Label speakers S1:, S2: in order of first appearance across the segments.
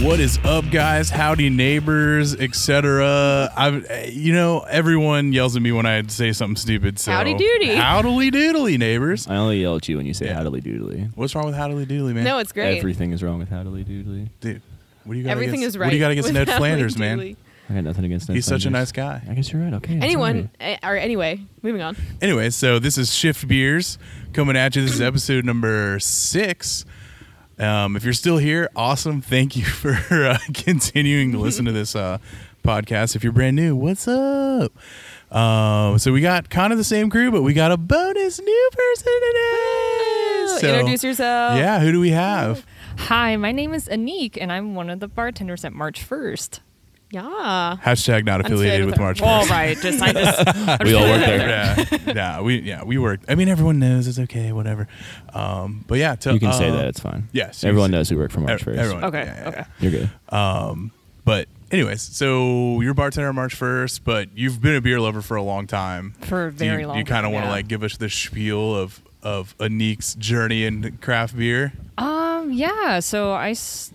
S1: What is up, guys? Howdy, neighbors, etc. I, you know, everyone yells at me when I say something stupid. So
S2: Howdy doody.
S1: howdily doodly, neighbors.
S3: I only yell at you when you say
S1: Yeah.
S3: howdily doodly.
S1: What's wrong with howdily doodly, man?
S2: No, it's great.
S3: Everything is wrong with howdily doodly.
S1: dude, what do you got?
S2: Everything
S1: against,
S2: is right.
S1: What do you got against
S2: with
S1: Ned
S2: Howdy
S1: Flanders, man?
S2: Doodly.
S3: I got nothing against Ned
S1: He's such a nice
S3: Flanders.
S1: guy.
S3: I guess you're right. Okay. I'm
S2: Anyone,
S3: sorry.
S1: Mm-hmm.
S2: eh, or anyway, moving on.
S1: Anyway, so this is Shift Beers coming at you. This is episode number six. Um, if you're still here, awesome. Thank you for uh, continuing to listen to this uh, podcast. If you're brand new, what's up? Um, so we got kind of the same crew, but we got a bonus new person today.
S2: Woo!
S1: So,
S2: Introduce yourself.
S1: Yeah, who do we have?
S4: Hi, my name is Anique, and I'm one of the bartenders at March 1st.
S2: Yeah.
S1: Hashtag not affiliated
S2: Unaffiliated
S1: with
S2: with
S1: March.
S2: our-
S4: All
S1: First.
S4: right, just I just
S3: We all work there.
S1: yeah, yeah, we yeah we work. I mean, everyone knows it's okay, whatever. Um, but yeah, to,
S3: You can say
S1: um,
S3: that. It's fine.
S1: yes, you
S3: Everyone
S1: can say-
S3: knows we work for
S1: Ev-
S3: March first.
S1: Everyone.
S4: okay.
S1: yeah, yeah,
S4: Okay,
S3: You're good.
S1: But anyways, so you're a bartender on March first, but you've been a beer lover for a long time.
S4: for a
S1: Do you-
S4: very long.
S1: You kind of
S4: time,
S1: want to
S4: yeah.
S1: like give us the spiel of of Anique's journey in craft beer.
S4: Um, yeah. So I s-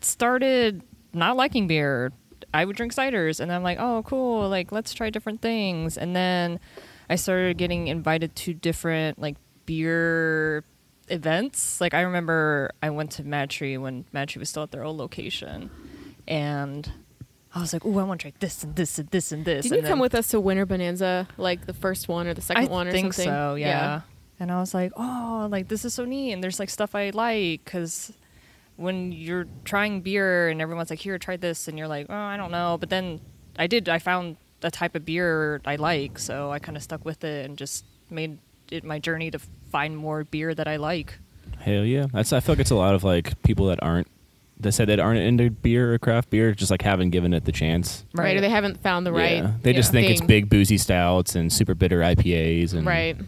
S4: started not liking beer. I would drink ciders, and I'm like, oh, cool. Like, let's try different things. And then I started getting invited to different like beer events. Like, I remember I went to Matry when Matry was still at their old location, and I was like, oh, I want to try this and this and this and this.
S2: Did you
S4: and
S2: come
S4: then-
S2: with us to Winter Bonanza, like the first one or the second
S4: I
S2: one or
S4: think
S2: something?
S4: so, yeah. And I was like, oh, like this is so neat, and there's like stuff I like because when you're trying beer and everyone's like, here, try this, and you're like, oh, I don't know, but then I did. I found a type of beer I like, so I kind of stuck with it and just made it my journey to find more beer that I like.
S3: Hell yeah. That's. I feel like it's a lot of like people that aren't that said that aren't into beer or craft beer just like haven't given it the chance.
S2: Right. Or they haven't found the right.
S3: Yeah. They just
S2: yeah,
S3: think it's
S2: thing.
S3: big boozy stouts and super bitter IPAs and
S2: Right. Mm-hmm.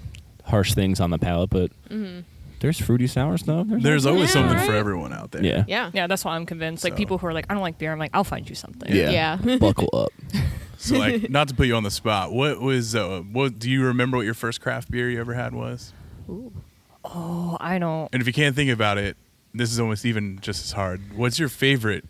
S3: harsh things on the palate, but there's fruity sour stuff.
S1: There's always
S2: Yeah,
S1: something for
S2: right?
S1: everyone out there.
S3: yeah.
S2: Yeah.
S4: Yeah, that's why I'm convinced. Like
S1: So-
S4: people who are like, I don't like beer, I'm like, I'll find you something.
S2: Yeah. Yeah.
S3: Buckle up.
S1: So like, not to put you on the spot, what was uh, what do you remember what your first craft beer you ever had was?
S4: Oh, I don't.
S1: And if you can't think about it, this is almost even just as hard. What's your favorite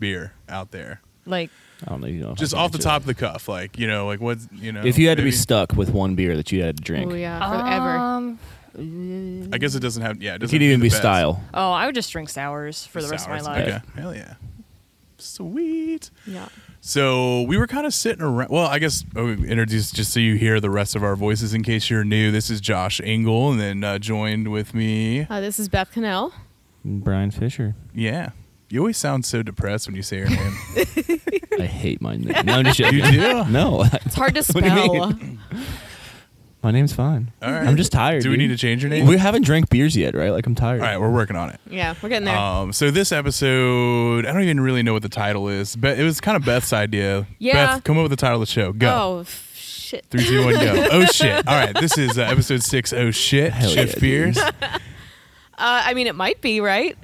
S1: beer out there?
S4: Like,
S3: I don't know. You know if I
S1: Just
S3: can
S1: off the
S3: answer that.
S1: top of the cuff, like you know, like what you know.
S3: If you had to be
S1: maybe-
S3: stuck with one beer that you had to drink,
S2: Oh, yeah. Forever.
S4: Um,
S1: I guess it doesn't have yeah. It
S3: it
S1: doesn't
S3: could
S1: have to
S3: even be
S1: the best.
S3: style.
S4: oh, I would just drink sours for the rest of my
S1: Sours.
S4: life.
S1: Okay. Hell yeah. Sweet.
S2: Yeah.
S1: So we were kind of sitting around. Well, I guess oh, introduce just so you hear the rest of our voices in case you're new. This is Josh Engel, and then uh, joined with me.
S2: Uh, this is Beth Cannell.
S3: Brian Fisher.
S1: Yeah, you always sound so depressed when you say your name.
S3: I hate my name. No, I'm just joking.
S1: you do.
S3: No,
S2: It's hard to
S3: What do you
S2: spell.
S3: my name's fine.
S1: All right.
S3: I'm just tired.
S1: Do we need
S3: dude.
S1: to change your name?
S3: We haven't drank beers yet, right? Like I'm tired.
S1: All right, we're working on it.
S2: yeah, we're getting there.
S1: Um, so this episode, I don't even really know what the title is, but it was kind of Beth's idea.
S2: Yeah.
S1: Beth, come up with the title of the show. Go.
S2: Oh f- shit.
S1: Three, two, one, go. Oh shit! All right, this is uh, episode six. Oh shit!
S3: Hell yeah,
S1: Shift
S3: dude.
S1: beers.
S2: Uh, I mean, it might be right.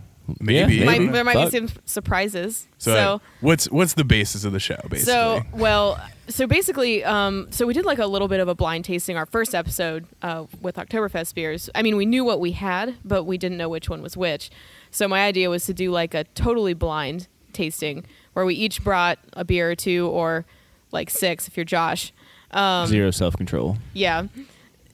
S1: Maybe.
S3: maybe.
S2: Might, there might
S3: Fuck.
S2: be some surprises.
S1: So, uh, what's what's the basis of the show? Basically,
S2: So well, so basically, um, so we did like a little bit of a blind tasting our first episode uh, with Oktoberfest beers. I mean, we knew what we had, but we didn't know which one was which. So my idea was to do like a totally blind tasting where we each brought a beer or two, or like six if you're Josh. Um,
S3: Zero self control.
S2: Yeah.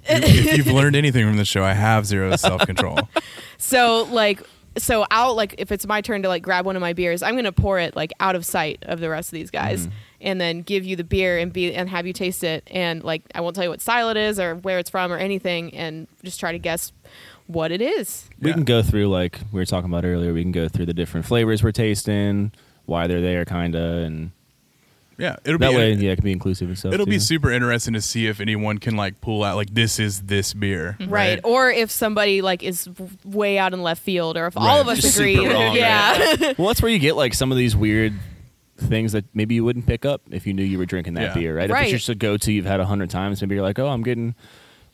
S1: if, if you've learned anything from the show, I have zero self control.
S2: So like so out like if it's my turn to like grab one of my beers, I'm gonna pour it like out of sight of the rest of these guys
S1: Mm-hmm.
S2: and then give you the beer and be and have you taste it and like I won't tell you what style it is or where it's from or anything and just try to guess what it is.
S3: We
S1: Yeah.
S3: can go through like we were talking about earlier. We can go through the different flavors we're tasting, why they're there, kinda, and
S1: Yeah, it'll
S3: that
S1: be
S3: way, yeah, it can be inclusive and stuff.
S1: it'll be
S3: too.
S1: super interesting to see if anyone can like pull out like this is this beer,
S2: Mm-hmm. Right. Or if somebody like is w- way out in left field or if all
S1: Right.
S2: of us
S1: Just
S2: agree.
S1: super wrong,
S2: yeah.
S3: well, that's where you get like some of these weird things that maybe you wouldn't pick up if you knew you were drinking that
S1: Yeah.
S3: beer, right?
S2: Right.
S3: If it's just a go-to you've had a hundred times, maybe you're like, oh, I'm getting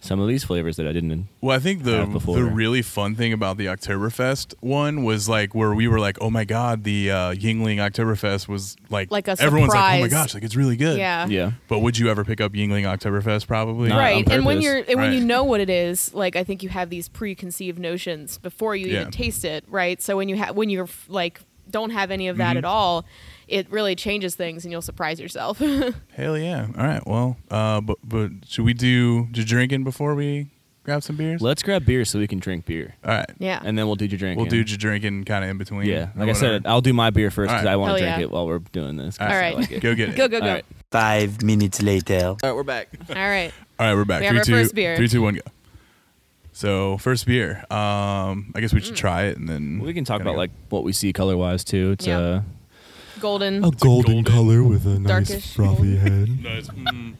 S3: some of these flavors that I didn't.
S1: Well, I think the
S3: have before.
S1: the really fun thing about the Oktoberfest one was like where we were like, oh my god, the uh, Yingling Oktoberfest was like
S2: Like a
S1: everyone's like, oh my
S2: surprise.
S1: gosh, like it's really good.
S2: Yeah.
S3: Yeah,
S1: But would you ever pick up Yingling Oktoberfest? Probably.
S3: Not
S2: right
S3: on
S2: and when
S3: purpose.
S2: you're and when you
S1: Uh, Right.
S2: know what it is like i think you have these preconceived notions before you
S1: Yeah.
S2: even taste it right so when you have when you're f- like don't have any of that
S1: Mm-hmm.
S2: at all, it really changes things and you'll surprise yourself.
S1: Hell yeah! All right. Well, uh, but but should we do do drinking before we grab some beers?
S3: Let's grab beer so we can drink beer,
S1: All right.
S2: yeah.
S3: and then we'll do your drink.
S1: We'll do do drinking kind of in between.
S3: yeah,
S1: or
S3: like I
S1: whatever.
S3: said, I'll do my beer first because
S1: Alright.
S3: I want
S2: Hell
S3: to drink
S2: yeah.
S3: it while we're doing this. 'cause
S1: All
S3: I
S2: right.
S3: like it.
S1: go get it.
S2: go go go.
S3: All right.
S5: Five minutes later.
S3: All right, we're back.
S2: All right.
S1: All right, we're back.
S2: We have
S1: Three,
S2: our
S1: two-
S2: first beer.
S1: three, two, one, go. So first beer. Um, I guess we should
S2: Mm.
S1: try it and then
S3: We can talk
S1: kinda
S3: about
S1: go.
S3: like what we see color wise too. It's
S2: Yeah.
S3: uh,
S2: Golden.
S6: a golden,
S1: golden-
S6: color with a nice
S2: darkish
S6: frothy head.
S1: mm,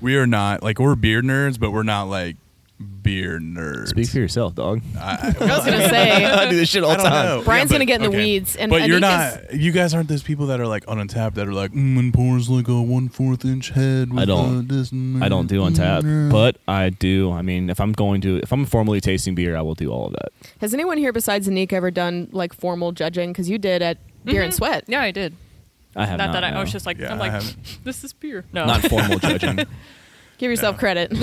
S1: we are not like we're beer nerds, but we're not like beer nerds.
S3: speak for yourself, dog.
S1: I, I-
S2: I was gonna say
S3: do this shit all
S1: I don't know.
S2: Brian's
S1: Yeah,
S2: gonna
S1: but-
S2: get in the
S1: okay.
S2: weeds, and
S1: but you're
S2: Anika's-
S1: not. You guys aren't those people that are like on untapped that are like mm, and pours like a one fourth inch head. With
S3: I don't-
S1: uh, this and
S3: I don't do on tap,
S1: that."
S3: but I do. I mean, if I'm going to, if I'm formally tasting beer, I will do all of that.
S2: Has anyone here besides Anika ever done like formal judging? Because you did at Beer and Sweat.
S4: Yeah, I did.
S3: I have
S4: Not,
S3: not.
S4: that I,
S3: no.
S4: I was just like,
S1: Yeah,
S4: I'm
S1: I
S4: like,
S1: haven't.
S4: this is beer. No,
S3: not formal judging.
S2: Give yourself
S1: Yeah.
S2: credit.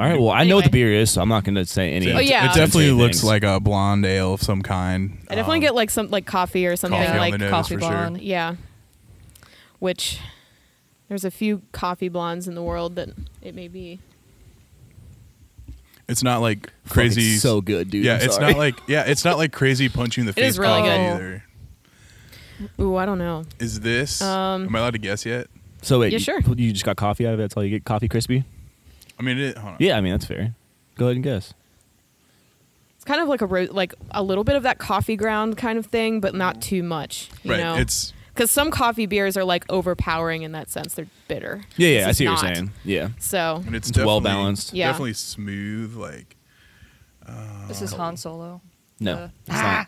S3: All right. Well, I know what the
S4: Anyway.
S3: beer is, so I'm not going to say any.
S2: Oh, yeah.
S1: It definitely
S3: Say
S1: looks
S3: things.
S1: like a blonde ale of some kind.
S2: I definitely
S1: Um,
S2: get like some like coffee or something
S1: coffee on
S2: like
S1: the nose
S4: coffee
S1: for sure.
S4: blonde.
S2: yeah. Which there's a few coffee blondes in the world that it may be.
S1: It's not like
S3: Fuck,
S1: crazy.
S3: it's so good, dude.
S1: yeah,
S3: I'm
S1: it's
S3: sorry.
S1: not like yeah, it's not like crazy punch you in the face.
S2: is really
S1: coffee
S2: good.
S1: Either.
S2: Ooh, I don't know.
S1: Is this?
S2: Um,
S1: am I allowed to guess yet?
S3: So wait,
S2: Yeah,
S3: you-
S2: sure.
S3: You, just got coffee out of it. That's all you get. Coffee crispy.
S1: I mean, it, hold on.
S3: Yeah, I mean that's fair. Go ahead and guess.
S2: It's kind of like a ro- like a little bit of that coffee ground kind of thing, but not too much. You
S1: right.
S2: know?
S1: It's
S2: because some coffee beers are like overpowering in that sense. They're bitter.
S3: Yeah, yeah.
S2: This
S3: I
S2: is
S3: see what
S2: not.
S3: you're saying. Yeah.
S2: So
S1: and it's,
S3: It's well
S1: definitely-
S3: balanced.
S2: Yeah.
S1: Definitely smooth. Like
S4: this is Han Solo.
S3: No.
S2: Ah.
S4: Uh,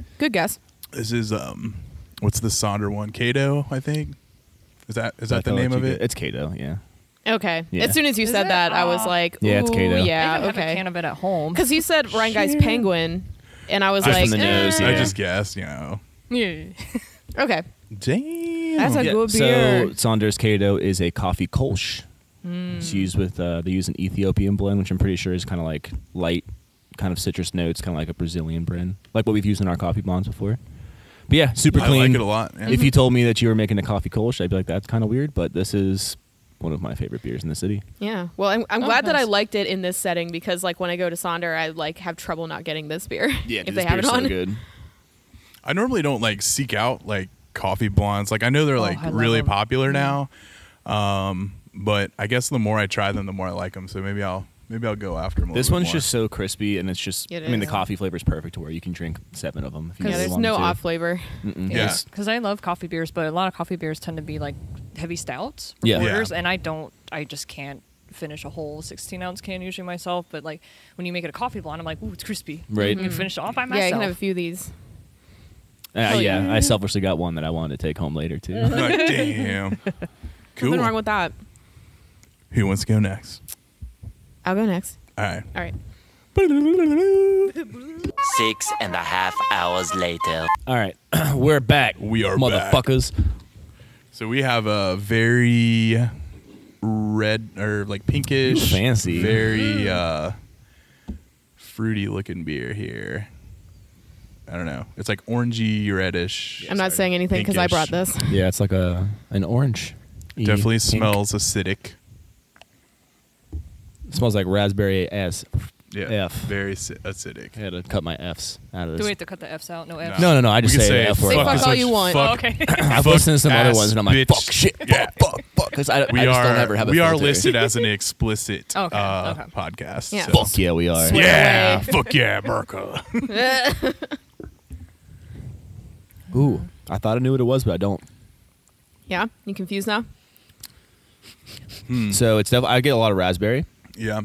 S3: it's not.
S2: good guess.
S1: this is um, what's the Sonder one? Kato, I think. Is that is that the
S3: I'll let
S1: name
S3: you
S1: of
S3: get-
S1: it?
S3: It's Kato. Yeah.
S2: Okay.
S3: Yeah.
S2: As soon as you
S4: Is
S2: said
S4: it?
S2: that, I was
S4: Aw.
S2: like,
S3: Yeah, it's
S2: ooh,
S3: Kato.
S2: Yeah.
S4: I even have a
S2: okay.
S4: can of it at home.
S2: Because you said Ryan Guy's Penguin, and I was
S3: Just
S2: like,
S3: from the
S2: eh.
S3: nose,
S1: I
S3: yeah.
S1: just guessed. You know.
S4: yeah.
S2: okay.
S1: Damn.
S2: That's a
S3: Yeah,
S2: good
S3: So
S2: beer. Hmm.
S3: Saunders Cato is a coffee kolsch. It's used with uh, they use an Ethiopian blend, which I'm pretty sure is kind of like light, kind of citrus notes, kind of like a Brazilian blend, like what we've used in our coffee blondes before. But yeah, super
S1: I
S3: clean.
S1: like it a lot. yeah.
S3: If you told me that you were making a coffee kolsch, I'd be like, that's kind of weird. But this is one of my favorite beers in the city.
S2: Yeah. Oh, Well, I'm, I'm glad that I
S4: nice.
S2: liked it in this setting because, like, when I go to Sonder, I like have trouble not getting this beer if they
S3: this
S2: have it
S3: beer's
S2: on.
S3: so good.
S1: I normally don't like seek out like coffee blondes. Like I know
S2: Oh,
S1: they're like
S4: I love
S1: really
S4: 'em.
S1: popular now, um, but I guess the more I try them, the more I like them. So maybe I'll maybe I'll go after them.
S3: This one's just so crispy, and it's just.
S2: It
S3: I mean, the
S2: is.
S3: coffee flavor is perfect to where you can drink seven of them. If you
S2: Yeah,
S3: really
S2: there's
S3: wanted
S2: no
S3: to.
S2: off flavor.
S3: Mm-mm.
S1: Yeah.
S3: It's-
S4: Because I love coffee beers, but a lot of coffee beers tend to be like heavy stouts, or
S3: Yeah. Yeah.
S4: porters, and I don't. I just can't finish a whole 16 ounce can usually myself. But like when you make it a coffee blonde, I'm like, ooh, it's crispy.
S3: Right.
S4: I can finish it all by myself.
S2: Yeah, you can have a few of these.
S3: Uh, yeah, I selfishly got one that I wanted to take home later too.
S1: like damn. Cool.
S2: Nothing wrong with that.
S1: Who wants to go next?
S2: I'll go next.
S1: All right.
S2: All right.
S5: Six and a half hours later.
S3: All right, we're back.
S1: We are back.
S3: motherfuckers.
S1: So we have a very red or like pinkish,
S3: Ooh, fancy.
S1: very uh, fruity looking beer here. I don't know. It's like orangey reddish.
S2: I'm not saying anything because I brought
S1: Pinkish.
S2: this.
S3: Yeah, it's like a an orange. E,
S1: Definitely smells acidic.
S3: smells like raspberry ass.
S1: Yeah.
S3: F.
S1: Very aci- acidic.
S3: I had to cut my F's out of
S4: Do
S3: this.
S4: we have to cut the F's out? No F's.
S3: No, no, no. I
S1: We
S3: just
S1: could
S3: say, the F word.
S2: Say
S3: a lot.
S2: fuck all you want.
S1: fuck,
S4: Oh, okay.
S3: I've
S1: fuck
S3: listened to some other
S1: ass,
S3: ones and I'm like,
S1: bitch.
S3: fuck shit,
S1: Yeah.
S3: fuck, fuck, fuck. Because I,
S1: We
S3: I just
S1: are
S3: don't ever have a
S1: we are
S3: filter.
S1: listed as an explicit
S4: Okay,
S1: uh,
S4: okay.
S1: podcast.
S2: Yeah.
S1: so-
S3: Fuck yeah, we are.
S2: Swear
S1: Yeah,
S2: away.
S1: fuck yeah, America.
S3: Ooh, I thought I knew what it was, but I don't.
S2: Yeah, you confused now?
S1: Hmm.
S3: So it's definitely I get a lot of raspberry.
S1: yeah,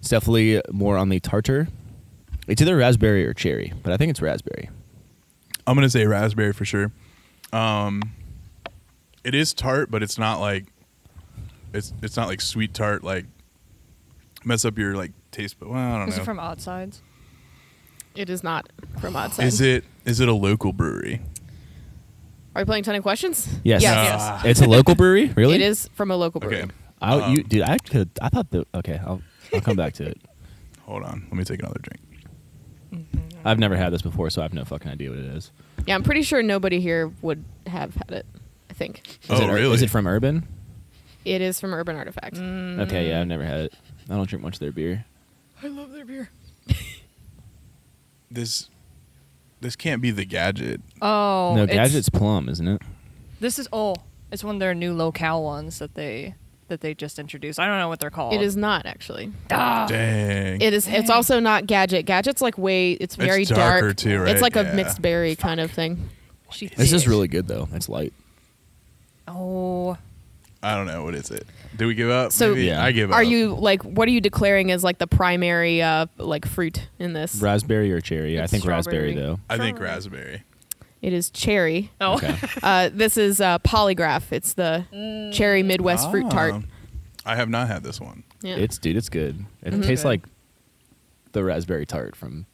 S3: It's definitely more on the tartar. It's either raspberry or cherry, but I think it's raspberry.
S1: I'm gonna say raspberry for sure. Um, it is tart, but it's not like it's it's not like sweet tart. Like mess up your like taste, but well, I don't
S4: Is
S1: know.
S4: it from Outsides?
S2: It is not from outside.
S1: is it is it a local brewery?
S2: Are we playing ton of questions?
S3: Yes.
S2: Yes.
S1: Ah.
S3: It's a local brewery, really?
S2: It is from a local brewery.
S1: Okay,
S3: I, you,
S1: Um,
S3: dude, I could. I thought the. Okay, I'll, I'll come back to it.
S1: hold on. Let me take another drink.
S3: I've never had this before, so I have no fucking idea what it is.
S2: Yeah, I'm pretty sure nobody here would have had it. I think
S3: Is
S1: Oh,
S3: it, uh,
S1: really?
S3: Is it from Urban?
S2: it is from Urban Artifact.
S4: Mm.
S3: Okay, yeah, I've never had it. I don't drink much of their beer.
S4: I love their beer.
S1: This this can't be the gadget.
S4: Oh,
S3: no,
S4: it's-
S3: Gadget's plum, isn't it?
S4: This is oh, it's one of their new locale ones that they that they just introduced. I don't know what they're called. Ah,
S2: It is not actually.
S1: Dang.
S2: It is. It's also not gadget. Gadget's like way. It's very dark.
S1: darker too, right?
S2: It's like
S1: Yeah.
S2: a mixed berry kind of thing.
S4: She
S3: This is
S4: did.
S3: really good though. It's light.
S4: Oh,
S1: I don't know. What is it? Do we give up?
S2: So-
S1: Maybe
S3: Yeah.
S1: I give up.
S2: Are you like? What are you declaring as like the primary uh like fruit in this?
S3: Raspberry or cherry? I
S4: It's
S3: think raspberry
S4: strawberry.
S3: though.
S1: I think raspberry.
S2: It is cherry.
S4: oh,
S3: Okay.
S2: Uh, this is uh, polygraph. It's the cherry Midwest
S3: Ah.
S2: fruit tart.
S1: Um, I have not had this one.
S2: Yeah.
S3: It's dude, it's good. It tastes
S4: Mm-hmm. Good.
S3: like the raspberry tart from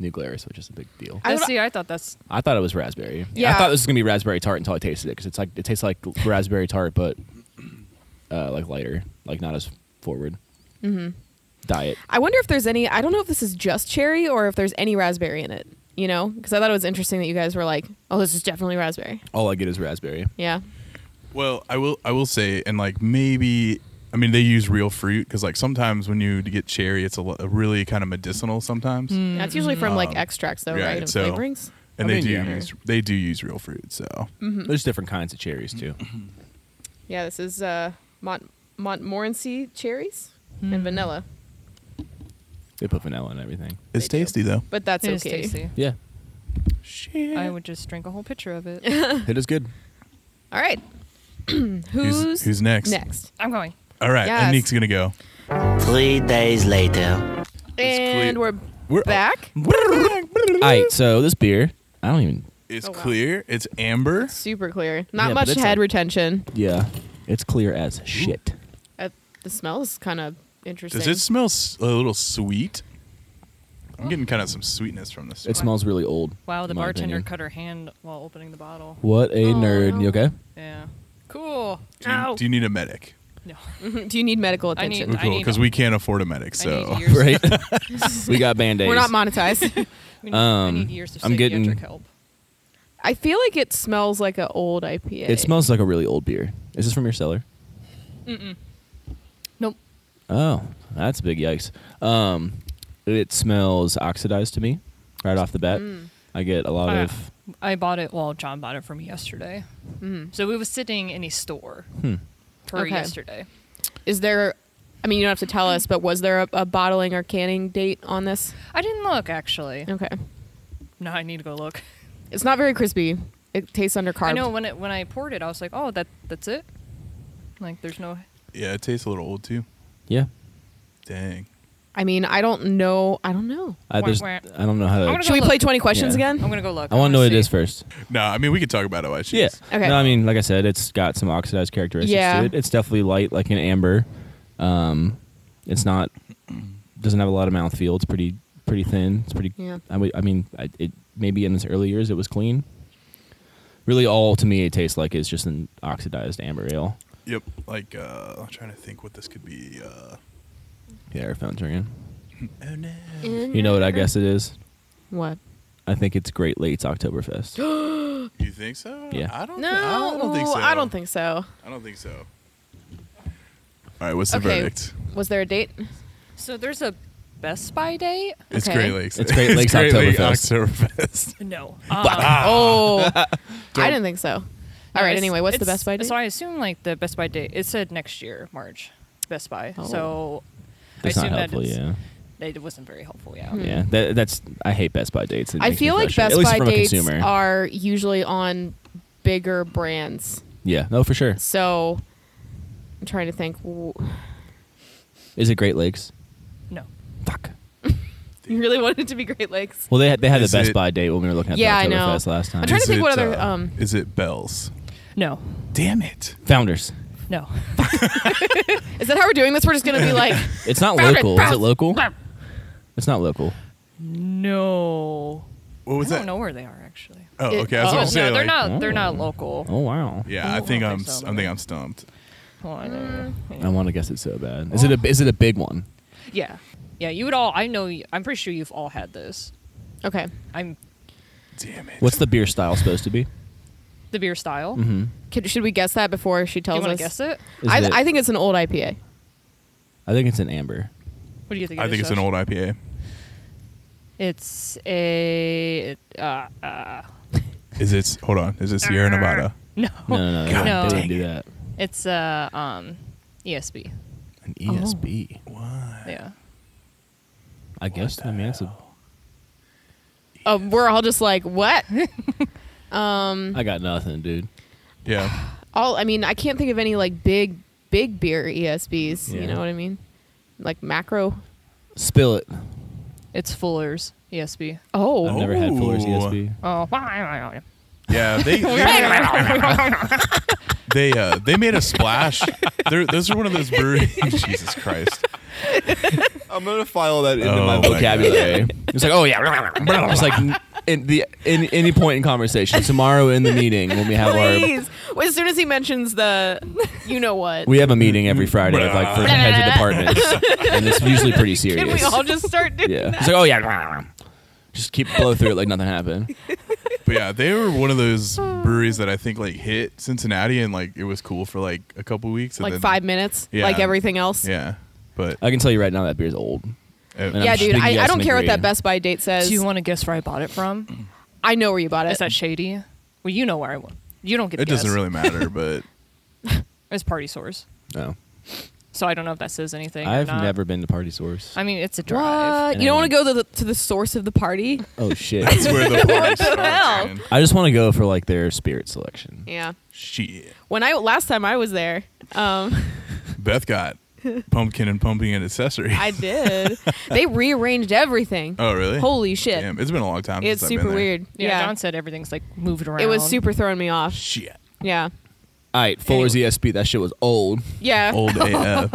S3: New Glarus, which is a big deal.
S2: I
S4: I
S2: would-
S4: see. I thought that's
S3: I thought it was raspberry. I
S2: Yeah.
S3: thought this was gonna be raspberry tart until I tasted it because it's like it tastes like raspberry tart, but uh, like lighter, like not as forward. Mm-hmm. Diet.
S2: I wonder if there's any. I don't know if this is just cherry or if there's any raspberry in it. You know, because I thought it was interesting that you guys were like, "Oh, this is definitely raspberry."
S3: All I get is raspberry.
S2: Yeah.
S1: Well, I will. I will say, and like maybe, I mean, they use real fruit because like sometimes when you get cherry, it's a, lo- a really kind of medicinal sometimes,
S2: That's usually from like
S1: Um,
S2: extracts, though,
S1: yeah,
S2: right? And
S1: so-
S2: flavorings.
S1: and
S3: I
S1: they
S3: mean,
S1: do
S3: yeah.
S1: use they do use real fruit. So
S2: Mm.
S4: Mm-hmm.
S3: There's different kinds of cherries too.
S2: Yeah, this is uh, Mont Montmorency cherries and
S3: Hmm.
S2: vanilla,
S3: They put vanilla in everything.
S1: it's
S2: They do.
S1: tasty though.
S2: but that's
S4: it is
S2: okay.
S4: tasty.
S3: Yeah,
S1: Shit.
S4: I would just drink a whole pitcher of it.
S3: it is good.
S2: All right. who's,
S1: who's, who's next?
S2: next?
S4: I'm going.
S1: All right,
S2: Yes.
S1: Anik's gonna go.
S5: Three days later.
S2: And we're
S1: We're
S2: back.
S3: All right, so this beer, I don't even.
S1: It's
S2: Oh, wow.
S1: clear. It's amber.
S2: Super clear. Not
S3: Yeah, but
S2: much
S3: it's
S2: head
S3: like-
S2: retention.
S3: Yeah, it's clear as shit.
S2: Uh, the smell is kind of interesting.
S1: Does it smell s- a little sweet? I'm getting kind of some sweetness from this.
S3: It smells really old.
S4: Wow, the
S3: in my
S4: bartender
S3: opinion.
S4: cut her hand while opening the bottle.
S3: What a nerd! You okay?
S4: Yeah. Cool.
S1: do, you, do you need a medic?
S4: No.
S2: Do you need medical
S4: I need-
S2: attention?
S1: We're
S4: I
S1: cool because we can't afford a medic.
S4: I
S1: So
S4: need years.
S3: Right. we got band aids.
S2: We're not monetized.
S4: We need, I
S3: Um,
S4: need years of
S3: I'm
S4: psychiatric
S3: getting-
S4: help.
S2: I feel like it smells like an old IPA.
S3: It smells like a really old beer. Is this from your cellar?
S4: Nope.
S3: Oh, that's big yikes. Um, it smells oxidized to me right off the bat.
S4: Mm.
S3: I get a lot
S4: Ah.
S3: of
S4: I bought it. Well, John bought it for me yesterday. So we was sitting in a store
S3: Hmm.
S4: for
S2: Okay.
S4: yesterday.
S2: Is there? I mean, you don't have to tell us, but was there a, a bottling or canning date on this?
S4: I didn't look actually.
S2: Okay,
S4: No, I need to go look.
S2: it's not very crispy. It tastes under carb.
S4: I know when it when I poured it, I was like, oh, that that's it. Like, there's no.
S1: yeah, it tastes a little old too.
S3: yeah.
S1: Dang.
S2: I mean, I don't know. I don't know.
S3: I, there's,
S4: Wah,
S3: I
S4: wah.
S3: don't know how to.
S4: I wanna
S2: Should we
S4: look.
S2: play twenty questions
S3: Yeah.
S4: I'm
S2: again?
S4: gonna go look.
S3: I want to know what it is
S4: see.
S3: first.
S1: No, I mean we could talk about it. Why should
S3: Yeah.
S2: Okay.
S3: No, I mean, like I said, it's got some oxidized characteristics
S2: Yeah.
S3: to it. It's definitely light, like an amber. Um, it's not doesn't have a lot of mouthfeel. It's pretty pretty thin. It's pretty.
S2: Yeah.
S3: I, would- I mean, I, it maybe in its early years it was clean. Really, all to me it tastes like is just an oxidized amber ale.
S1: Yep. Like uh, I'm trying to think what this could be. Uh,
S3: Yeah, our phone's ringing.
S1: oh no.
S3: You know what I guess it is.
S2: What?
S3: I think it's Great Lakes Oktoberfest.
S1: You think so?
S3: Yeah.
S1: I don't.
S2: No,
S1: I don't think so.
S2: I don't think so.
S1: I don't think so. All right. What's the
S2: Okay.
S1: verdict?
S2: Was there a date?
S4: So there's a Best Buy date.
S1: It's
S2: Okay.
S1: Great Lakes.
S3: It's Great Lakes
S1: Lake
S3: Oktoberfest.
S1: Oktoberfest.
S4: No.
S2: Oh, I didn't think so. All right.
S4: Ah. it's-
S2: Anyway, what's the
S4: it's-
S2: best buy date?
S4: So I assume like the Best Buy date. It said next year, March, Best Buy.
S2: Oh.
S4: So
S3: That's not
S4: I assume
S3: helpful.
S4: that it's,
S3: Yeah.
S4: It wasn't very helpful. Yeah.
S3: Yeah. That, that's I hate Best Buy dates. It
S2: Hmm. I
S3: makes me
S2: feel like
S3: frustrated,
S2: Best
S3: at least
S2: Buy
S3: from a
S2: dates
S3: consumer.
S2: are usually on bigger brands.
S3: Yeah. No, for sure.
S2: So I'm trying to think. w-
S3: Is it Great Lakes?
S4: No.
S3: Fuck.
S2: You really wanted it to be Great Lakes.
S3: Well, they had, they had the
S1: Is
S3: Best
S1: it-
S3: Buy date when we were looking at
S2: Yeah, I
S3: the
S2: know.
S3: Oktoberfest last time.
S2: I'm trying to
S1: Is
S2: think what
S1: it,
S2: other,
S1: uh,
S2: um,
S1: Is it Bells?
S4: No.
S1: Damn it.
S3: Founders.
S4: No.
S2: Is that how we're doing this? We're just gonna be like,
S3: It's not
S2: Founders.
S3: local. Is it local? It's not local.
S4: No.
S1: What
S4: I
S1: was
S4: don't
S1: that?
S4: know where they are actually.
S1: Oh,
S2: It-
S1: okay. I was
S2: oh.
S1: gonna
S4: no,
S1: say
S4: they're
S1: like.
S4: not. They're
S3: Oh.
S4: not local.
S3: Oh wow.
S1: Yeah,
S4: I
S1: I
S4: don't
S1: think
S4: think
S1: I'm.
S4: so,
S1: I think
S4: man.
S1: I'm stumped.
S4: Hold
S2: Mm.
S4: on, there you
S3: I
S4: go.
S3: want to guess it's so bad. Is
S2: Oh.
S3: it a is it a big one?
S4: Yeah. Yeah. You would all. I know. you- I'm pretty sure you've all had this.
S2: Okay.
S4: I'm
S1: Damn it.
S3: What's the beer style supposed to be?
S4: the beer style.
S3: Mm-hmm.
S2: Could, should we guess that before she
S4: Do you
S2: tells
S4: want to
S2: us?
S4: guess it?
S3: Is
S2: I,
S3: it-
S2: I think it's an old IPA.
S3: I think it's an amber.
S4: What do you think?
S1: I
S4: it
S1: think
S4: is,
S1: it's an
S4: Josh?
S1: old IPA.
S4: It's a uh, uh,
S1: Is it? Hold on. Is it Sierra Nevada?
S4: no.
S2: Oh,
S3: No, no, no.
S1: God
S3: they
S4: dang
S3: wouldn't do that.
S4: It's a uh, um, ESB.
S3: An
S2: Oh.
S3: E ESB.
S4: Yeah.
S3: I guess. I mean, that's a,
S2: Uh, we're all just like, what? Mm.
S3: I got nothing, dude.
S1: Yeah.
S2: all I mean, I can't think of any like big big beer ESBs. You
S3: Yeah.
S2: know what I mean? Like macro.
S3: Spill it.
S4: It's Fuller's E ESB.
S2: Oh,
S3: I've never had E Fuller's
S1: Ooh.
S3: ESB.
S4: Oh,
S1: Yeah. They they, they uh they made a splash. They're, those are one of those breweries. Jesus Christ.
S3: I'm gonna file that into
S1: my vocabulary.
S3: it's like, oh yeah, Oh it's like n- in the in any point in conversation tomorrow in the meeting when we have our
S2: please. Well, as soon as he mentions the, you know what?
S3: we have a meeting every Friday of like for heads of departments, and it's usually pretty serious.
S2: Can we all just start doing
S3: yeah,
S2: that?
S3: it's like, oh yeah, just keep blow through it like nothing happened.
S1: But yeah, they were one of those breweries that I think like hit Cincinnati and like it was cool for like a couple weeks. And
S2: Like
S1: then,
S2: five minutes,
S1: Yeah.
S2: like everything else.
S1: Yeah. But
S3: I can tell you right now that beer's old.
S1: uh,
S3: Uh, And I'm
S2: Yeah,
S3: just
S2: dude.
S3: thinking you
S2: I, I
S3: guys
S2: don't
S3: can
S2: care what
S3: agree.
S2: that Best Buy date says.
S4: Do you want to guess where I bought it from?
S2: I know where you bought it.
S4: Is that shady? Well, you know where I went. You don't get.
S1: it
S4: to guess.
S1: doesn't really matter. But
S4: It's Party Source,
S3: No,
S4: so I don't know if that says anything. or
S3: I've
S4: not.
S3: never been to Party Source.
S4: I mean, it's a drive.
S2: what? You don't want to go to the, to the source of the party?
S3: oh shit!
S1: that's where the party starts.
S2: hell?
S1: man.
S3: I just want to go for like their spirit selection.
S2: Yeah.
S1: Shit.
S2: When I last time I was there, um,
S1: Beth got pumpkin and pumping and accessories.
S2: I did. they rearranged everything.
S1: oh really?
S2: Holy shit!
S1: Damn, it's been a long time.
S2: it's
S1: since I've been
S2: super
S1: there.
S2: weird.
S4: Yeah, John said everything's like moved around.
S2: it was super throwing me off.
S1: Shit.
S2: Yeah.
S3: All right, Fuller's ESB. That shit was old.
S2: Yeah.
S3: Oh.
S1: Old AF.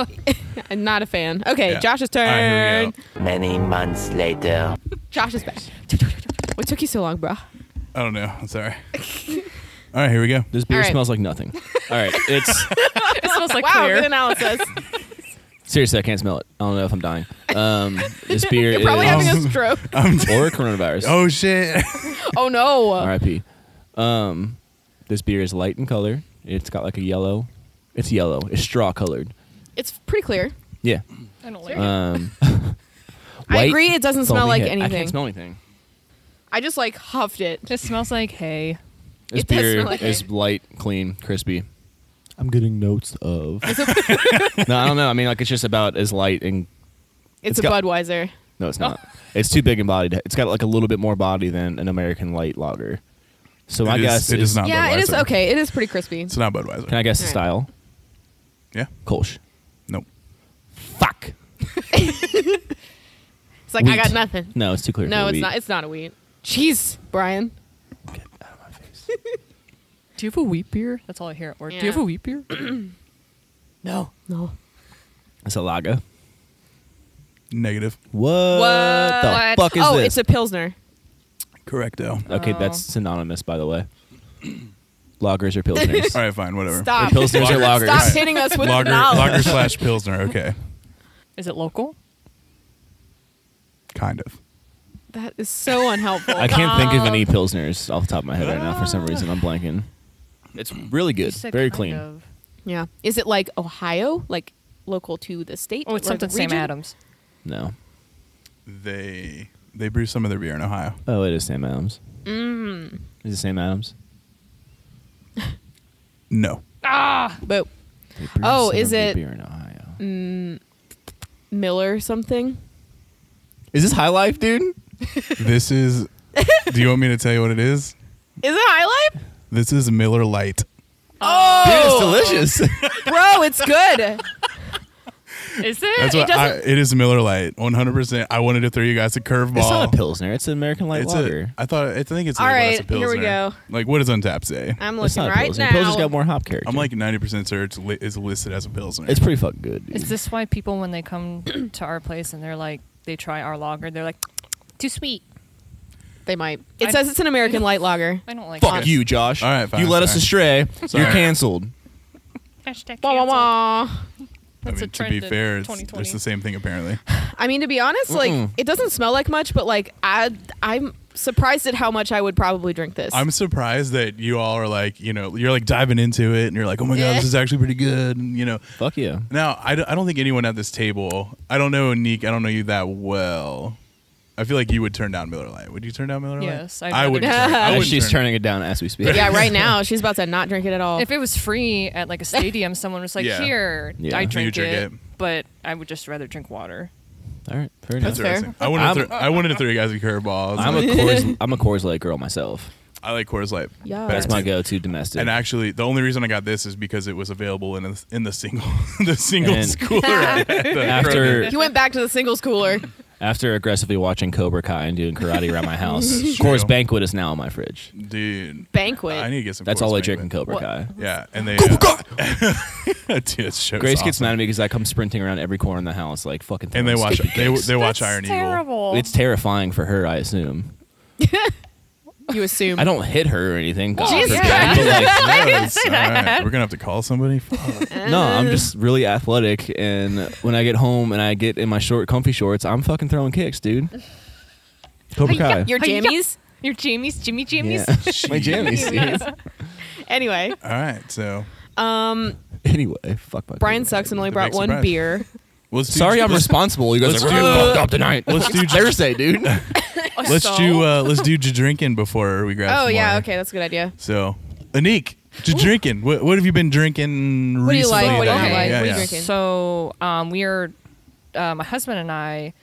S2: I'm not a fan. Okay,
S1: Yeah.
S2: Josh's
S1: All right, here
S2: turn.
S1: we go.
S5: Many months later.
S2: Josh is back. What took you so long, bruh?
S1: I don't know. I'm sorry. All right, here we go.
S3: This beer
S2: All right.
S3: smells like nothing. All right, it's
S4: It smells like
S2: wow,
S4: clear.
S2: good analysis.
S3: seriously. I can't smell it. I don't know if I'm dying. Um, this beer
S2: You're probably
S3: is
S2: having a stroke.
S3: or coronavirus.
S1: Oh shit.
S2: Oh no.
S3: R.I.P. Um, this beer is light in color. It's got like a yellow. It's yellow. It's straw colored.
S2: It's pretty clear.
S3: Yeah.
S4: I don't like it.
S3: Um,
S2: I agree it doesn't smell
S3: foamy
S2: like
S3: head. I
S2: anything.
S3: can't smell anything.
S2: I just like huffed it.
S4: It smells like hay.
S3: This
S2: It does
S3: beer
S2: smell like
S3: is
S2: hay.
S3: light, clean, crispy. I'm getting notes of. no, I don't know. I mean, like it's just about as light and
S2: It's,
S3: It's
S2: a
S3: got-
S2: Budweiser.
S3: no, it's not. It's too big and bodied. It's got like a little bit more body than an American light lager. So I
S1: It is-
S3: guess
S1: it is
S3: it's-
S1: not.
S2: yeah, it is
S1: Budweiser.
S2: okay. It is pretty crispy.
S1: It's not Budweiser.
S3: Can I guess the
S2: Alright.
S3: style?
S1: yeah.
S3: Kolsch.
S1: Nope.
S3: Fuck.
S2: It's like I got
S3: Wheat.
S2: nothing.
S3: No, it's too clear.
S2: No,
S3: for
S2: it's
S3: wheat.
S2: not. It's not a wheat. Jeez, Brian.
S4: Do you have a wheat beer? That's all I hear at work. Do
S2: Yeah.
S4: you have a wheat beer? no.
S2: No.
S3: It's a lager.
S1: Negative.
S3: What, the fuck is
S2: oh,
S3: this?
S2: it's a pilsner.
S1: Correcto.
S3: okay,
S2: Oh.
S3: that's synonymous, by the way. Loggers or pilsners.
S1: All right, fine, whatever.
S2: Stop.
S3: Pilsners or lagers.
S2: Stop hitting us with
S1: Lager,
S2: knowledge.
S1: lager slash pilsner. Okay,
S4: Is it local?
S1: kind of.
S2: That is so unhelpful.
S3: I can't think
S2: Oh.
S3: of any pilsners off the top of my head right now for some reason. I'm blanking. It's really good. Very clean.
S2: Yeah. Is it like Ohio, like local to the state?
S4: Oh, it's
S2: like
S4: something Sam
S2: region?
S4: Adams.
S3: No.
S1: They they brew some of their beer in Ohio.
S3: Oh, it is Sam Adams. Mm. Is it Sam Adams?
S1: No,
S2: But
S3: They brew
S2: Oh,
S3: some of
S2: is
S3: their
S2: it-
S3: beer in Ohio.
S2: Miller something.
S3: Is this High Life, dude?
S1: this is. do you want me to tell you what it is?
S2: Is it High Life?
S1: This is Miller Light.
S2: Oh,
S3: Dude, it's delicious.
S2: bro, it's good.
S4: Is it?
S1: That's what I,
S2: doesn't-
S1: it is. Miller Light, one hundred percent. I wanted to throw you guys a curveball.
S3: it's not a pilsner. It's an American light
S1: It's a.
S3: lager.
S1: I thought. I think it's.
S2: All
S1: labeled as a
S2: right, here we
S1: pilsner.
S2: go.
S1: Like, what does Untapped say?
S2: I'm
S3: it's
S2: looking
S3: not a
S2: right
S3: pilsner.
S2: now.
S3: Pilsner's got more hop character.
S1: I'm like ninety percent sure it's li- is listed as a pilsner.
S3: it's pretty fucking good. Dude.
S4: Is this why people, when they come to our place and they're like, they try our lager, they're like, too sweet.
S2: They might. It
S4: I-
S2: says it's an American light lager.
S4: I don't like
S3: Fuck
S4: it.
S3: you, Josh.
S1: All right, fine,
S3: you led
S1: sorry.
S3: us astray.
S1: Sorry.
S3: You're canceled.
S4: Hashtag
S2: Wah, wah,
S4: cancel.
S2: wah.
S4: That's
S1: I
S4: a
S1: mean, to
S4: trend
S1: be
S4: in
S1: fair, it's,
S4: 2020.
S1: it's the same thing apparently.
S2: I mean, to be honest, like it doesn't smell like much, but like I, I'm surprised at how much I would probably drink this.
S1: I'm surprised that you all are like, you know, you're like diving into it and you're like, oh my God,
S2: Yeah.
S1: this is actually pretty good. And, you know,
S3: Fuck yeah.
S1: now I, d- I don't think anyone at this table, I don't know, Nick, I don't know you that well. I feel like you would turn down Miller Lite. Would you turn down Miller Lite?
S4: Yes, I'd
S1: I
S4: rather
S1: would.
S2: not.
S1: turn- I
S3: As
S1: would
S3: she's
S1: turn-
S3: turning it down as we speak.
S2: yeah, right now she's about to not drink it at all.
S4: If it was free at like a stadium, someone was like,
S1: Yeah.
S4: "Here,
S3: Yeah.
S4: I
S3: You
S4: drink,
S1: drink it.
S4: it, But I would just rather drink water.
S3: All right. Fair enough.
S1: That's
S2: fair.
S1: interesting. I wanted, to
S3: I'm-
S1: throw, I wanted to throw you guys a curveball. I, was
S3: I'm a
S1: like,
S3: Coors. I'm a Coors Light girl myself.
S1: I like Coors Light.
S2: Yeah.
S1: better
S3: That's my
S1: too.
S3: go-to domestic.
S1: And actually, the only reason I got this is because it was available in a, in the single the single
S3: And-
S1: schooler. at the Kroger.
S3: after
S2: he went back to the singles cooler.
S3: after aggressively watching Cobra Kai and doing karate around my house,
S1: true.
S3: Coors Banquet is now in my fridge.
S1: dude,
S2: Banquet.
S1: I need to get some.
S3: That's
S1: Coors
S3: all I
S1: Banquet.
S3: drink in Cobra
S2: What?
S3: Kai.
S1: Yeah, and they. Cobra Kai. dude, that show's
S3: Grace
S1: awesome.
S3: gets mad at me because I come sprinting around every corner in the house like fucking.
S1: and they
S3: throwing
S1: watch
S3: stupid
S1: they
S3: games.
S1: they watch
S4: That's
S1: Iron Eagle.
S4: terrible.
S3: It's terrifying for her, I assume.
S2: You assume.
S3: I don't hit her or anything. God
S2: Jesus
S3: forbid,
S2: Christ.
S3: but, like,
S1: I didn't say that. We're gonna have to call somebody. Fuck.
S3: no, I'm just really athletic, and when I get home and I get in my short, comfy shorts, I'm fucking throwing kicks, dude. Cobra
S4: Hi-ya,
S3: Kai.
S2: Your
S4: Hi-ya.
S2: jammies.
S4: Your Jamie's, Jimmy
S3: yeah.
S4: Jamie's.
S3: my jammies. dude.
S2: Anyway,
S1: all right, so
S3: Anyway, fuck my.
S2: Brian
S3: Cobra Kai.
S2: sucks and only
S1: The
S2: brought
S1: big
S2: one
S1: surprise.
S2: beer.
S1: well, let's do-
S3: Sorry, I'm
S1: let's-
S3: responsible. You guys
S1: let's
S3: are really
S1: do-
S3: fucked up tonight. Let's do Thursday, dude.
S1: Let's do uh, let's do j- drinking before we grab.
S2: Oh
S1: some
S2: yeah,
S1: water.
S2: okay, that's a good idea.
S1: So, Anik, j- drinking. What, what have you been drinking
S2: What do you
S1: recently?
S2: like? What do you
S1: that
S2: not like?
S1: Yeah,
S2: What do you
S1: yeah.
S2: drinking?
S4: So um, we are, uh, my husband and I,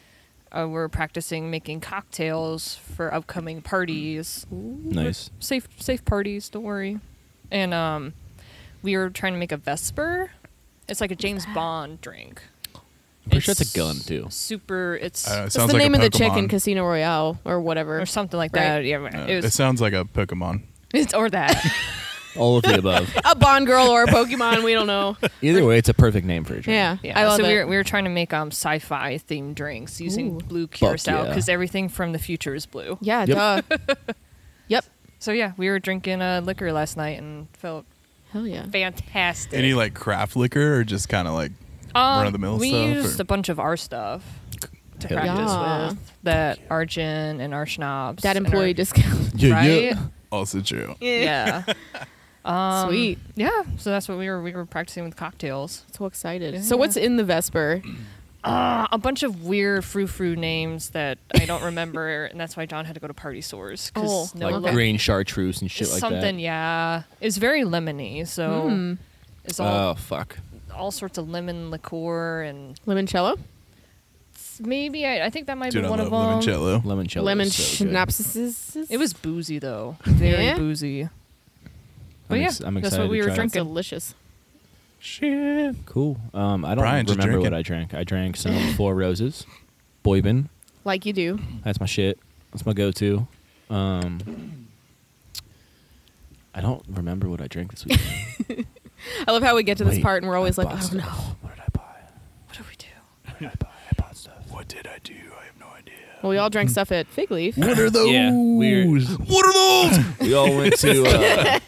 S4: uh, we're practicing making cocktails for upcoming parties.
S3: nice.
S4: Safe, safe parties. Don't worry. And um, we were trying to make a Vesper. It's like a James Bond drink.
S3: Pretty sure it's a gun too.
S4: Super. It's
S1: Uh, it
S2: That's
S1: sounds
S2: the
S1: like
S2: name
S1: a
S2: of the chick in
S1: Pokemon.
S2: Casino Royale or whatever.
S4: or something like
S2: Right.
S4: that. Yeah,
S1: Uh,
S4: it
S1: it
S4: was.
S1: sounds like a Pokemon.
S4: It's or that.
S3: All of the above.
S2: a Bond girl or a Pokemon, we don't know.
S3: Either way, it's a perfect name for a drink.
S2: Yeah,
S4: Yeah.
S2: I love
S4: so
S2: it.
S4: we were we were trying to make um sci-fi themed drinks using
S2: Ooh.
S4: blue curacao
S3: yeah.
S4: because everything from the future is blue.
S2: yeah,
S3: Yep.
S2: duh. yep.
S4: So yeah, we were drinking uh, liquor last night and felt
S2: Hell yeah.
S4: fantastic.
S1: Any like craft liquor or just kind of like
S4: um,
S1: run-of-the-mill
S4: we
S1: stuff,
S4: used
S1: or-
S4: a bunch of our stuff to
S3: Hell yeah.
S4: practice
S2: Yeah.
S4: with that our gin and our schnapps.
S2: That
S4: and
S2: employee
S4: our-
S2: discount.
S4: right?
S1: also true.
S4: Yeah. Um,
S2: Sweet.
S4: Yeah. So that's what we were we were practicing with cocktails.
S2: So excited. So what's in the Vesper?
S4: Uh, a bunch of weird frou frou names that I don't remember, and that's why John had to go to party stores. 'cause
S2: Oh,
S3: Like
S4: no one
S2: okay.
S4: looked-
S3: green chartreuse and shit like
S4: something,
S3: that.
S4: yeah. It's very lemony, so
S2: Hmm.
S4: it's all
S3: Oh fuck.
S4: all sorts of lemon liqueur and
S2: Limoncello?
S4: s- maybe I, I think that might
S1: Dude,
S4: be
S1: I
S4: one
S1: love
S4: of them.
S1: limoncello.
S3: Lemon cello.
S2: Lemon
S3: is so good.
S2: schnapps.
S4: It was boozy though, very
S2: Yeah?
S4: boozy. But
S3: I'm
S4: yeah,
S3: ex- I'm
S4: that's
S3: excited
S4: what
S3: to
S4: we were
S3: try it.
S4: drinking.
S2: delicious.
S1: Shit.
S3: Cool. Um, I don't
S1: Brian, just
S3: remember
S1: drink
S3: what
S1: it.
S3: I drank. I drank some Four Roses, Boybin.
S2: Like you do.
S3: That's my shit. That's my go-to. Um, I don't remember what I drank this week.
S2: I love how we get to this
S3: Wait,
S2: part and we're always
S3: I
S2: like,
S3: bought
S2: oh
S3: stuff.
S2: no.
S3: What did I buy?
S4: What do we do?
S3: What did I buy? I bought stuff.
S1: What did I do? I have no idea.
S2: Well, we all drank stuff at Fig Leaf.
S1: What are those?
S3: Yeah, weird.
S1: What are those?
S3: We all went to. Uh,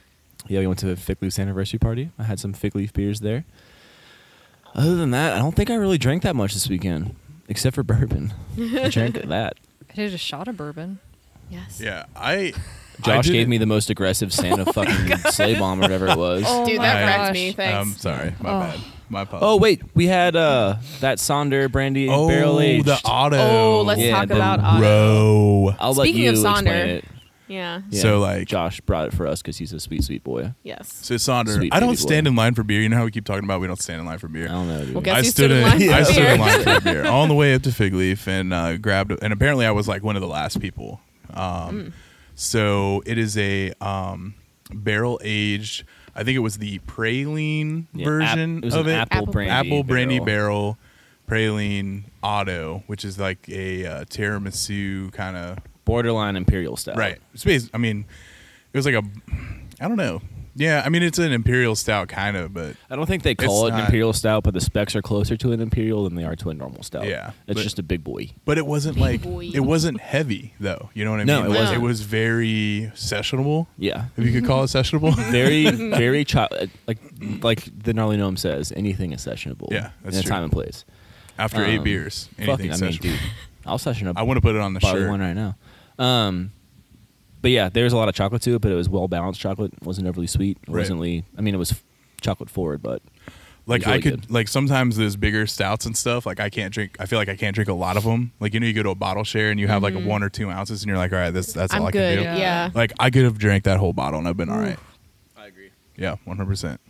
S3: yeah, we went to a Fig Leaf's anniversary party. I had some Fig Leaf beers there. Other than that, I don't think I really drank that much this weekend, except for bourbon. I drank that.
S4: I did a shot of bourbon.
S2: Yes.
S1: yeah, I.
S3: Josh gave me the most aggressive Santa fucking sleigh bomb or whatever it was. Oh.
S2: Dude,
S4: Oh
S2: that
S1: my
S2: cracks
S4: gosh.
S2: me. Thanks.
S1: I'm Um, sorry. My
S4: Oh.
S1: bad. My apologies.
S3: wait, we had uh that Sonder brandy
S1: Oh,
S3: barrel aged.
S1: the auto.
S2: oh, let's
S3: Yeah,
S2: talk
S3: the
S2: about auto.
S1: Bro.
S3: I'll let
S2: Speaking
S3: you
S2: of
S3: explain
S2: Sonder.
S3: it.
S2: Yeah.
S3: Yeah,
S1: So, like-
S3: Josh brought it for us because he's a sweet sweet boy.
S2: Yes.
S1: So Sonder,
S3: Sweet
S1: I don't
S3: baby
S1: stand
S3: boy.
S1: in line for beer. You know how we keep talking about we don't stand in line for beer.
S3: I don't know. Dude.
S2: Well, guess
S1: I
S2: who
S1: stood,
S2: stood in
S1: in,
S2: line for
S1: I stood in
S2: beer?
S1: line for a beer on the way up to Fig Leaf and uh, grabbed and apparently I was like one of the last people. Um,
S2: Mm.
S1: So it is a um, barrel aged. I think it was the praline
S3: Yeah,
S1: version
S3: ap- it was
S1: of
S3: an
S1: it.
S3: Apple,
S2: Apple
S3: brandy.
S1: Apple brandy barrel. praline auto, which is like a uh, tiramisu kind of
S3: Borderline imperial style.
S1: right. Space. I mean, it was like a. I don't know. Yeah, I mean it's an imperial stout kind of, but
S3: I don't think they call
S1: It's
S3: it an
S1: not-
S3: imperial stout, but the specs are closer to an imperial than they are to a normal stout.
S1: Yeah,
S3: it's
S1: but-
S3: just a big boy.
S1: but it wasn't like
S2: boy.
S1: it wasn't heavy though. You know what I
S3: No,
S1: mean?
S3: it
S1: Like,
S2: wasn't.
S1: It was very sessionable.
S3: Yeah,
S1: If you could call it sessionable.
S3: very, very child like like the gnarly gnome says, anything is sessionable.
S1: Yeah, that's
S3: in a
S1: true.
S3: time and place.
S1: After eight
S3: Um,
S1: beers, anything
S3: Fucking, I mean,
S1: sessionable.
S3: dude, I'll session up.
S1: I want to put it on the
S3: probably
S1: shirt.
S3: one right now. Um, but yeah, there was a lot of chocolate to it, but it was well balanced chocolate. It wasn't overly sweet. It
S1: Right.
S3: wasn't really, I mean, it was f- chocolate forward, but
S1: like
S3: It's really
S1: I could
S3: good.
S1: like sometimes there's bigger stouts and stuff. Like I can't drink. I feel like I can't drink a lot of them. Like you know, you go to a bottle share and you have like a one or two ounces, and you're like, all right, that's that's all
S2: Mm-hmm. I'm
S1: I
S2: good.
S1: can do.
S2: Yeah.
S4: Yeah.
S1: Like I could have drank that whole bottle and I've been all right.
S3: I agree.
S1: Yeah, one hundred percent.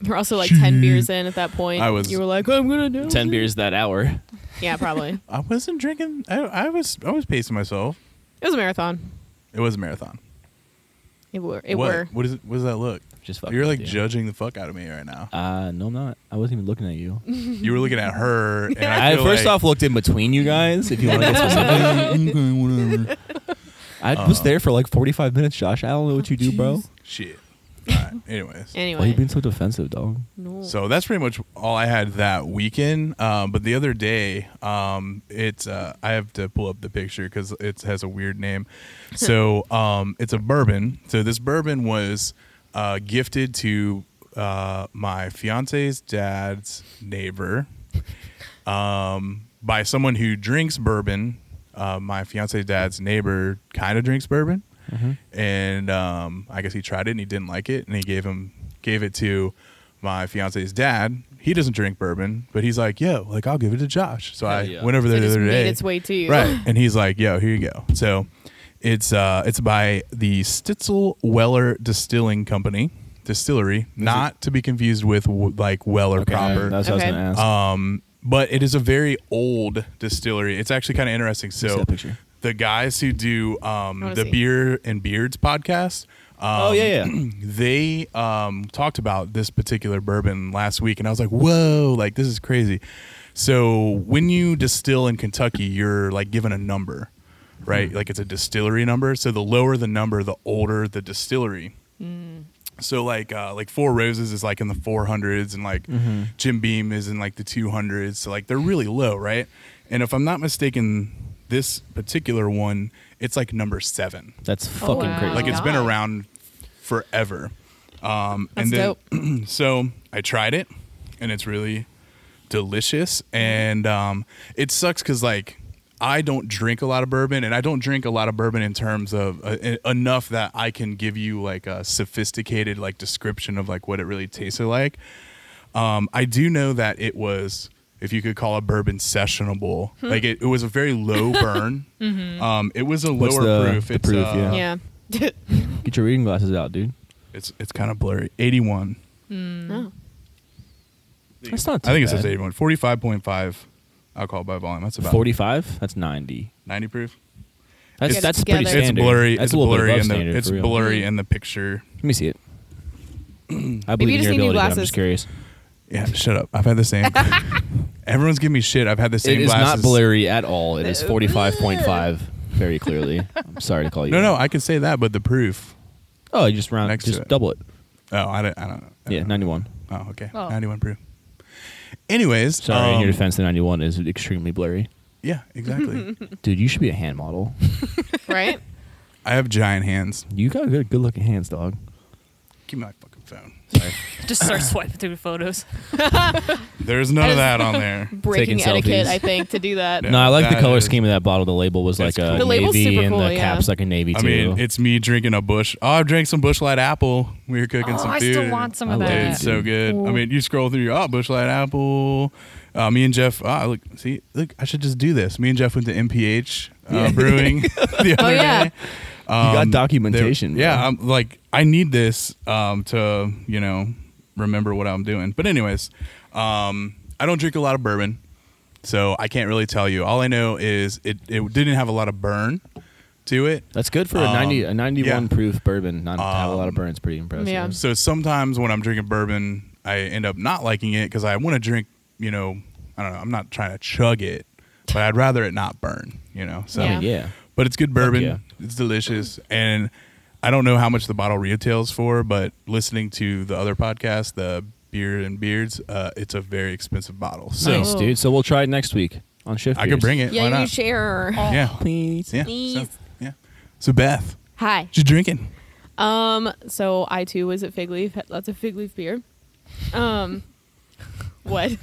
S2: You're also like ten beers in at that point.
S1: I was-
S2: You were like, I'm gonna do.
S3: Ten beers that hour. It
S2: Yeah, probably. It
S1: I wasn't drinking. I, I was I was pacing myself.
S2: was a marathon.
S1: It was a marathon.
S2: It were. It
S1: what?
S2: were.
S1: What is it? What does that look?
S3: Just fucking
S1: You're like
S3: with you.
S1: judging the fuck out of me right now.
S3: Uh, no, I'm not. I wasn't even looking at you.
S1: you were looking at her. And I,
S3: I
S1: feel
S3: first
S1: like-
S3: off looked in between you guys. If you want to get specific,
S1: Okay, whatever.
S3: I was there for like 45 minutes, Josh. I don't know what you do, bro.
S1: Shit. All right. Anyways.
S2: Anyway.
S3: Why you being so defensive, dog?
S2: no.
S1: So that's pretty much all I had that weekend. Um, but the other day, um, it's uh, I have to pull up the picture because it has a weird name. So um, it's a bourbon. So this bourbon was uh, gifted to uh, my fiance's dad's neighbor um, by someone who drinks bourbon. Uh, my fiance's dad's neighbor kind of drinks bourbon,
S3: Mm-hmm.
S1: and um, I guess he tried it and he didn't like it, and he gave him gave it to my fiance's dad. He doesn't drink bourbon, but he's like, "Yo, like I'll give it to Josh." So I
S3: yeah.
S1: went over there
S2: it
S1: the
S2: just
S1: other
S2: made
S1: day,
S2: its way to you.
S1: right? And he's like, "Yo, here you go." So it's uh, it's by the Stitzel Weller Distilling Company distillery, not to be confused with w- like Weller proper.
S3: That's what I
S2: Okay.
S3: was gonna ask.
S1: Um, but it is a very old distillery. It's actually kind of interesting.
S3: see
S1: So
S3: that picture.
S1: the guys who do um,
S2: wanna
S1: the
S2: see.
S1: Beer and Beards podcast. Um,
S3: oh yeah, yeah.
S1: they um, talked about this particular bourbon last week, and I was like, "Whoa! Like this is crazy." So when you distill in Kentucky, you're like given a number, right? Like it's a distillery number. So the lower the number, the older the distillery. So like uh, like Four Roses is like in the 400s, and like Jim Beam is in like the 200s. So like they're really low, right? And if I'm not mistaken, this particular one, it's like number seven.
S3: That's fucking
S2: wow.
S3: crazy.
S1: Like
S2: Oh,
S1: it's been
S2: God.
S1: around forever. Um,
S2: That's
S1: and then, so I tried it, and it's really delicious. And um, it sucks because like I don't drink a lot of bourbon, and I don't drink a lot of bourbon in terms of uh, en- enough that I can give you like a sophisticated like description of like what it really tasted like. Um, I do know that it was, if you could call a bourbon sessionable,
S2: Hmm.
S1: like it, it was a very low burn. um, it was a
S3: What's
S1: lower
S3: the-
S1: proof.
S3: the
S1: it's
S3: proof,
S1: uh,
S3: yeah.
S2: Mm-hmm. Yeah.
S3: Get your reading glasses out, dude.
S1: it's it's kind of blurry. 81.
S3: Mm.
S2: No.
S3: That's not. Too
S1: I think it
S3: bad.
S1: says 81. 45.5 alcohol by volume. That's about
S3: 45. That's 90.
S1: 90 proof.
S3: That's
S2: It's-
S3: that's pretty
S2: It's
S3: standard.
S1: It's blurry.
S3: That's
S1: it's
S3: a little
S1: blurry
S3: bit above
S1: in
S3: standard
S1: the it's
S3: for real.
S1: blurry in the picture.
S3: Let me see it. I
S2: Maybe
S3: believe
S2: you
S3: in
S2: just
S3: your
S2: need new
S3: ability. but I'm
S2: glasses.
S3: just curious.
S1: Yeah, shut up. I've had the same. Everyone's giving me shit. I've had the same
S3: it is
S1: glasses.
S3: not blurry at all. It is 45.5 very clearly. I'm sorry to call you.
S1: No,
S3: out.
S1: no, I can say that, but the proof.
S3: Oh, you just round,
S1: Next
S3: just
S1: to it.
S3: double it.
S1: Oh, I don't, I don't know. I
S3: Yeah,
S1: don't know.
S3: 91.
S1: Oh, okay.
S4: Oh.
S1: 91 proof. Anyways,
S3: Sorry, in
S1: um,
S3: your defense, the 91 is extremely blurry.
S1: Yeah, exactly.
S3: Dude, you should be a hand model.
S2: Right.
S1: I have giant hands.
S3: You got good, good looking hands, dog.
S1: Give me my fucking phone.
S4: Just start swiping through the photos.
S1: There's none of that on there.
S2: Breaking
S3: Taking
S2: etiquette,
S3: selfies.
S2: I think, to do that.
S1: Yeah.
S3: No, I like the
S1: that
S3: color
S1: is-
S3: scheme of that bottle. The label was like
S1: That's
S3: a
S1: cool.
S2: The label's
S3: navy,
S2: super
S3: and
S2: cool,
S3: the
S2: yeah.
S3: cap's like a navy
S1: I
S3: too.
S1: mean, it's me drinking a bush. Oh, I drank some Bushlight Apple. We were cooking
S4: Oh,
S1: some
S4: I
S1: food.
S4: still want some
S3: I
S4: of
S3: love
S1: Dude,
S3: it.
S4: that.
S1: it's so good. I mean, you scroll through your oh, Bushlight Apple. Uh, me and Jeff. Ah, look, see, look, I should just do this. Me and Jeff went to MPH uh,
S3: Yeah.
S1: Brewing the
S2: Oh
S1: other
S2: yeah.
S1: day. Um,
S3: you got
S1: they-
S3: documentation.
S1: yeah,
S3: bro.
S1: I'm like, I need this um, to you know remember what I'm doing. But anyways, um, I don't drink a lot of bourbon, so I can't really tell you. All I know is it it didn't have a lot of burn to it.
S3: that's good for a
S1: um,
S3: 90, a 91
S1: yeah. Um,
S3: proof bourbon. Not to have a lot of burns. Pretty impressive.
S2: Yeah.
S1: So sometimes when I'm drinking bourbon, I end up not liking it because I want to drink, you know, I don't know, I'm not trying to chug it, but I'd rather it not burn, you know. So
S3: I mean,
S2: Yeah.
S3: yeah.
S1: but it's good bourbon.
S3: yeah.
S1: It's delicious and I don't know how much the bottle retails for, but listening to the other podcast, the Beer and Beards, uh, it's a very expensive bottle. So
S3: nice, dude. So we'll try it next week on shift.
S1: I could bring it. Why
S6: Yeah, you
S1: not?
S6: share.
S1: Yeah.
S3: Please.
S1: Yeah. So,
S6: Please.
S1: yeah. So Beth,
S2: Hi.
S1: what you drinking?
S2: Um, so I too was at Fig Leaf, had lots of Fig Leaf beer. Um, what?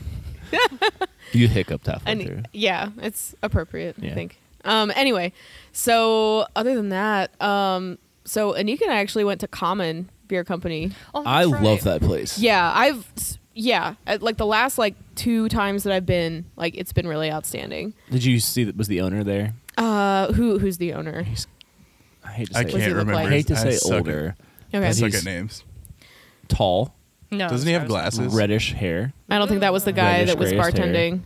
S3: You hiccup tough.
S2: And- yeah, it's appropriate,
S3: Yeah.
S2: I think. Um, anyway, so other than that, um, so Anika and I actually went to Common Beer Company.
S4: Oh,
S3: I love
S4: that's right.
S3: that place.
S2: Yeah, I've s- yeah, at, like the last like two times that I've been, like it's been really outstanding.
S3: Did you see that was the owner there?
S2: Uh, who who's the owner?
S3: I hate to say.
S1: I
S2: he
S1: can't
S2: look
S1: remember.
S2: like?
S3: I
S1: his-
S3: hate to say
S1: suck at-
S3: older.
S2: Okay,
S1: I
S3: Is
S1: suck at
S3: he's-
S1: names.
S3: Tall,
S4: No,
S1: Doesn't he have glasses?
S3: reddish hair.
S2: I don't think that was the guy
S3: Reddish
S2: that was
S3: grayest hair.
S2: bartending.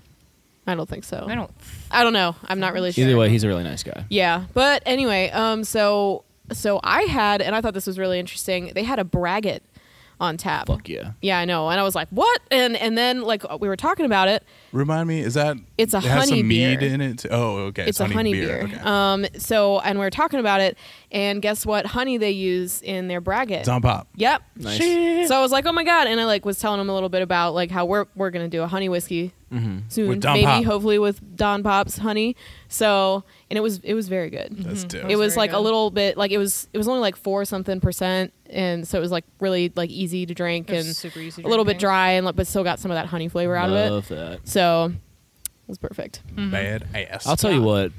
S2: I don't think so.
S4: I don't.
S2: I don't know. I'm not really sure.
S3: Either way, he's a really nice guy.
S2: Yeah, but anyway, um, so so I had, and I thought this was really interesting. They had a braggot on tap.
S3: Fuck yeah.
S2: Yeah, I know, and I was like, "What?" And and then like uh, we were talking about it.
S1: Remind me, is that
S2: It's a
S1: it has
S2: honey
S1: some mead
S2: beer.
S1: in it? too? Oh, okay.
S2: It's, a honey beer.
S1: Okay.
S2: Um, so and we were talking about it, and guess what honey they use in their braggot?
S1: it's on pop.
S2: Yep.
S3: Nice.
S2: So I was like, "Oh my god!" And I like was telling him a little bit about like how we're we're gonna do a honey whiskey
S3: Mm-hmm.
S2: soon,
S1: With Don
S2: maybe
S1: Pop.
S2: hopefully with Don Pop's honey. So and it was it was very good.
S1: That's dope.
S2: Mm-hmm. it
S4: was
S2: was
S4: very
S2: like a
S4: good.
S2: little bit like it was it was only like four something percent and so it was like really like easy to drink
S4: It was
S2: and
S4: super easy eh?
S2: a little bit
S4: drinking.
S2: dry and like, but still got some of that honey flavor out of
S3: Love
S2: it
S3: that.
S2: so it was perfect
S1: Bad ass.
S3: I'll tell you what.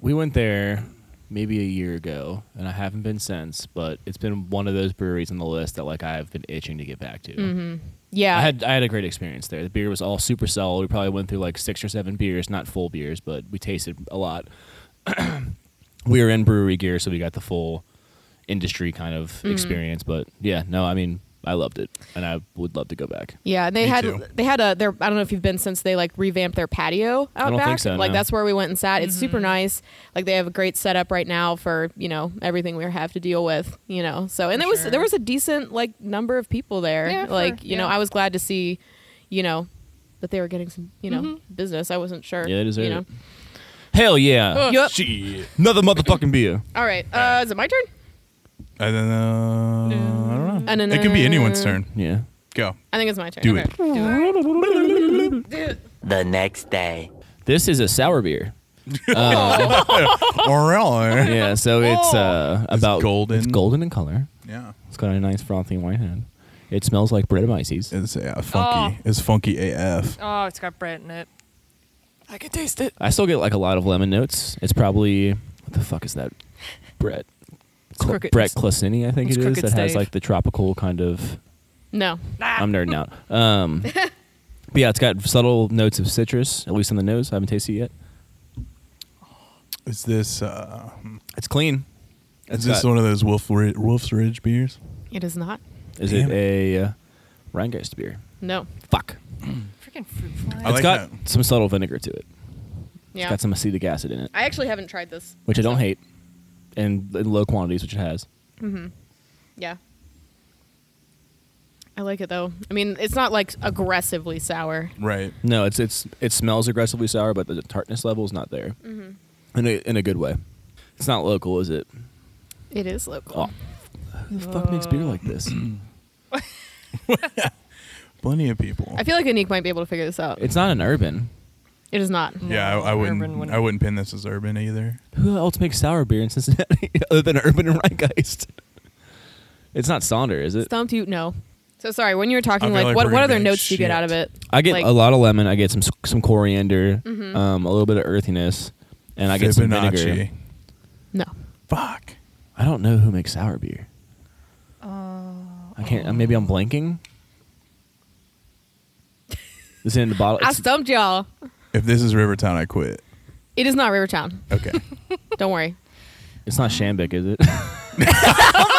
S3: We went there maybe a year ago, and I haven't been since. But it's been one of those breweries on the list that like I've been itching to get back to.
S2: yeah
S3: I had I had a great experience there. The beer was all super solid. We probably went through like six or seven beers, not full beers, but we tasted a lot. we were in brewery gear, so we got the full industry kind of experience. But yeah, no, I mean I loved it, and I would love to go back.
S2: yeah and they
S1: Me
S2: had
S1: too.
S2: they had a their I don't know if you've been since they like revamped their patio out
S3: don't
S2: back
S3: think so,
S2: like
S3: no.
S2: that's where we went and sat it's
S4: Mm-hmm.
S2: super nice like they have a great setup right now for you know everything we have to deal with you know so and
S4: For
S2: there was
S4: sure.
S2: there was a decent like number of people there
S4: Yeah, for-
S2: like you know
S4: yeah.
S2: I was glad to see you know that they were getting some you know
S4: Mm-hmm.
S2: business I wasn't sure
S3: Yeah, they deserve
S2: you know
S3: it. Hell yeah!
S2: Yup.
S1: Shit.
S3: Another motherfucking beer.
S2: All right. Uh, is it my turn?
S1: I don't know. uh, I don't know.
S2: Uh, no, no,
S1: It could be
S2: no,
S1: anyone's
S2: no.
S1: turn.
S3: Yeah.
S1: Go.
S2: I think it's my turn.
S1: Do
S2: Okay.
S1: it.
S5: The next day.
S3: This is a sour beer.
S2: Oh.
S1: All right.
S3: Yeah, so it's
S4: Oh.
S3: uh, about
S1: golden.
S3: It's golden in color.
S1: Yeah.
S3: It's got a nice frothy white head. It smells like bread and ices.
S1: It's uh, funky.
S2: Oh.
S1: It's funky AF.
S4: Oh, it's got Brett in it. I can taste it.
S3: I still get like a lot of lemon notes. It's probably what the fuck is that? Brett. Cl-
S4: crooked.
S3: Brett Clasini, I think
S4: It's
S3: it is,
S4: crooked
S3: that has
S4: stave. Ah.
S3: like the tropical kind of.
S2: No.
S3: I'm nerding out. Um, but yeah, it's got subtle notes of citrus, at least on the nose. I haven't tasted it yet.
S1: Is this uh,
S3: It's clean.
S1: is
S3: It's
S1: this
S3: got-
S1: one of those Wolf Ri- Wolf's Ridge beers?
S2: It is not.
S3: Is
S1: Damn
S3: it a uh, Rheingeist beer?
S2: No.
S3: Fuck.
S4: Freaking fruit fly.
S1: I
S3: It's
S1: like
S3: got
S1: that.
S3: some subtle vinegar to it.
S2: Yeah.
S3: It's got some acetic acid in it,
S2: I actually haven't tried this.
S3: which I don't hate, and in low quantities, which it has.
S2: Yeah. I like it though. I mean, it's not like aggressively sour.
S1: Right.
S3: No, it's it's it smells aggressively sour, but the tartness level is not there, mm-hmm. in a in a good way. It's not local, is it?
S2: It is local.
S3: Oh, who the fuck makes beer like this?
S1: Plenty of people.
S2: I feel like Anik might be able to figure this out.
S3: it's not an urban.
S2: It is not.
S1: yeah, I, I
S4: Urban
S1: wouldn't.
S4: wouldn't-
S1: I wouldn't pin this as urban either.
S3: Who else makes sour beer in Cincinnati other than Urban and Rheingeist? It's not Sonder, is it?
S2: Stumped you? No. So sorry. When you were
S1: I
S2: talking,
S1: feel
S2: like,
S1: like
S2: what
S1: we're
S2: what
S1: gonna
S2: other
S1: be like,
S2: notes do you get
S1: "Shit."
S2: out of it?
S3: I get
S2: Like-
S3: a lot of lemon. I get some some coriander, um, a little bit of earthiness, and I get some vinegar.
S1: Fibonacci.
S2: No.
S1: Fuck.
S3: I don't know who makes sour beer.
S2: Oh.
S3: I can't. uh, Maybe I'm blanking. Is it in the bottle?
S2: I
S3: It's-
S2: stumped y'all.
S1: If this is Rivertown, I quit.
S2: It is not Rivertown.
S1: Okay.
S2: Don't worry.
S3: It's not Shambic, is it?
S2: oh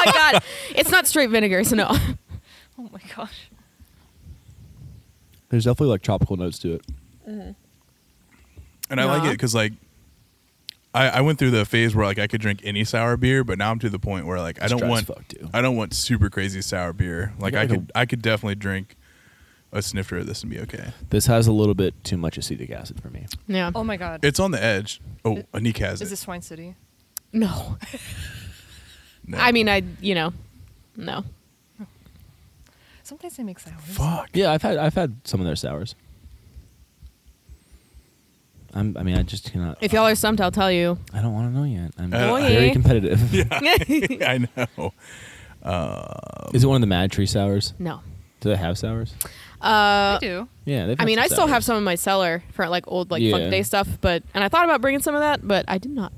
S2: my god. It's not straight vinegar, so no.
S4: Oh my gosh.
S3: There's definitely like tropical notes to it.
S1: and I like
S2: Yeah.
S1: it because like I, I went through the phase where like I could drink any sour beer, but now I'm to the point where like I
S3: It's
S1: don't
S3: dry as
S1: want
S3: fuck, too.
S1: I don't want super crazy sour beer. Like
S3: got
S1: I
S3: like a-
S1: could I could definitely drink a snifter of this and be okay.
S3: This has a little bit too much acetic acid for me.
S2: Yeah.
S4: Oh my god.
S1: It's on the edge. Oh, Anik has
S4: is
S1: it.
S4: this Swine City?
S2: No.
S1: No.
S2: I mean, I you know, no.
S4: Sometimes they make sours.
S1: fuck.
S3: Yeah, I've had I've had some of their sours. I'm, I mean, I just cannot.
S2: If y'all are stumped, I'll tell you.
S3: I don't want to know yet. I'm
S1: Uh,
S3: very
S2: Boy.
S3: competitive.
S1: I know.
S3: Is it one of the Mad Tree sours?
S2: No.
S3: Do they have sours?
S4: They
S2: Uh,
S4: do.
S3: Yeah, they've
S2: I
S3: had
S2: mean,
S3: some
S2: I still
S3: sours.
S2: have some in my cellar for like old like
S3: Yeah.
S2: Funk Day stuff, but and I thought about bringing some of that, but I did not.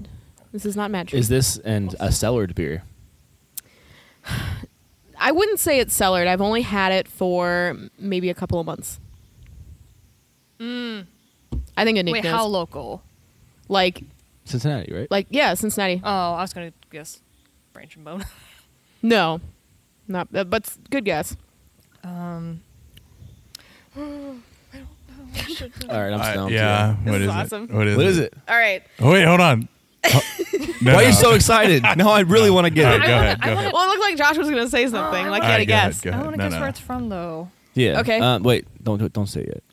S2: This is not magic.
S3: Is this and a cellared beer?
S2: I wouldn't say it's cellared. I've only had it for maybe a couple of months. Mm. I think a
S4: Wait,
S2: nickname.
S4: how local?
S2: like
S3: Cincinnati, right?
S2: like yeah, Cincinnati.
S4: Oh, I was gonna guess branch and bone.
S2: no, not uh, but s- good guess.
S4: um,
S3: All right, I'm
S1: I-
S3: stumped.
S1: yeah.
S2: This
S1: What
S2: is
S1: is,
S2: awesome.
S1: it? What is
S3: What
S1: it?
S3: is it?
S2: All right.
S1: Oh, wait, hold on. No,
S3: Why are
S1: no.
S3: you so excited? No, I really want to
S1: All
S3: get
S1: right,
S3: it.
S1: go
S4: I wanna-
S1: ahead.
S4: I
S1: Go
S4: wanna-
S1: ahead.
S2: Well, it looked like Josh was gonna say
S4: Oh,
S2: something.
S4: I
S2: like
S4: like
S2: you had
S1: it.
S2: a guess.
S1: Go
S4: I
S1: ahead.
S4: want to
S1: No,
S4: guess
S1: no,
S4: where
S1: no.
S4: it's from though.
S3: Yeah.
S2: Okay.
S3: Uh, wait, don't do it- don't say it yet.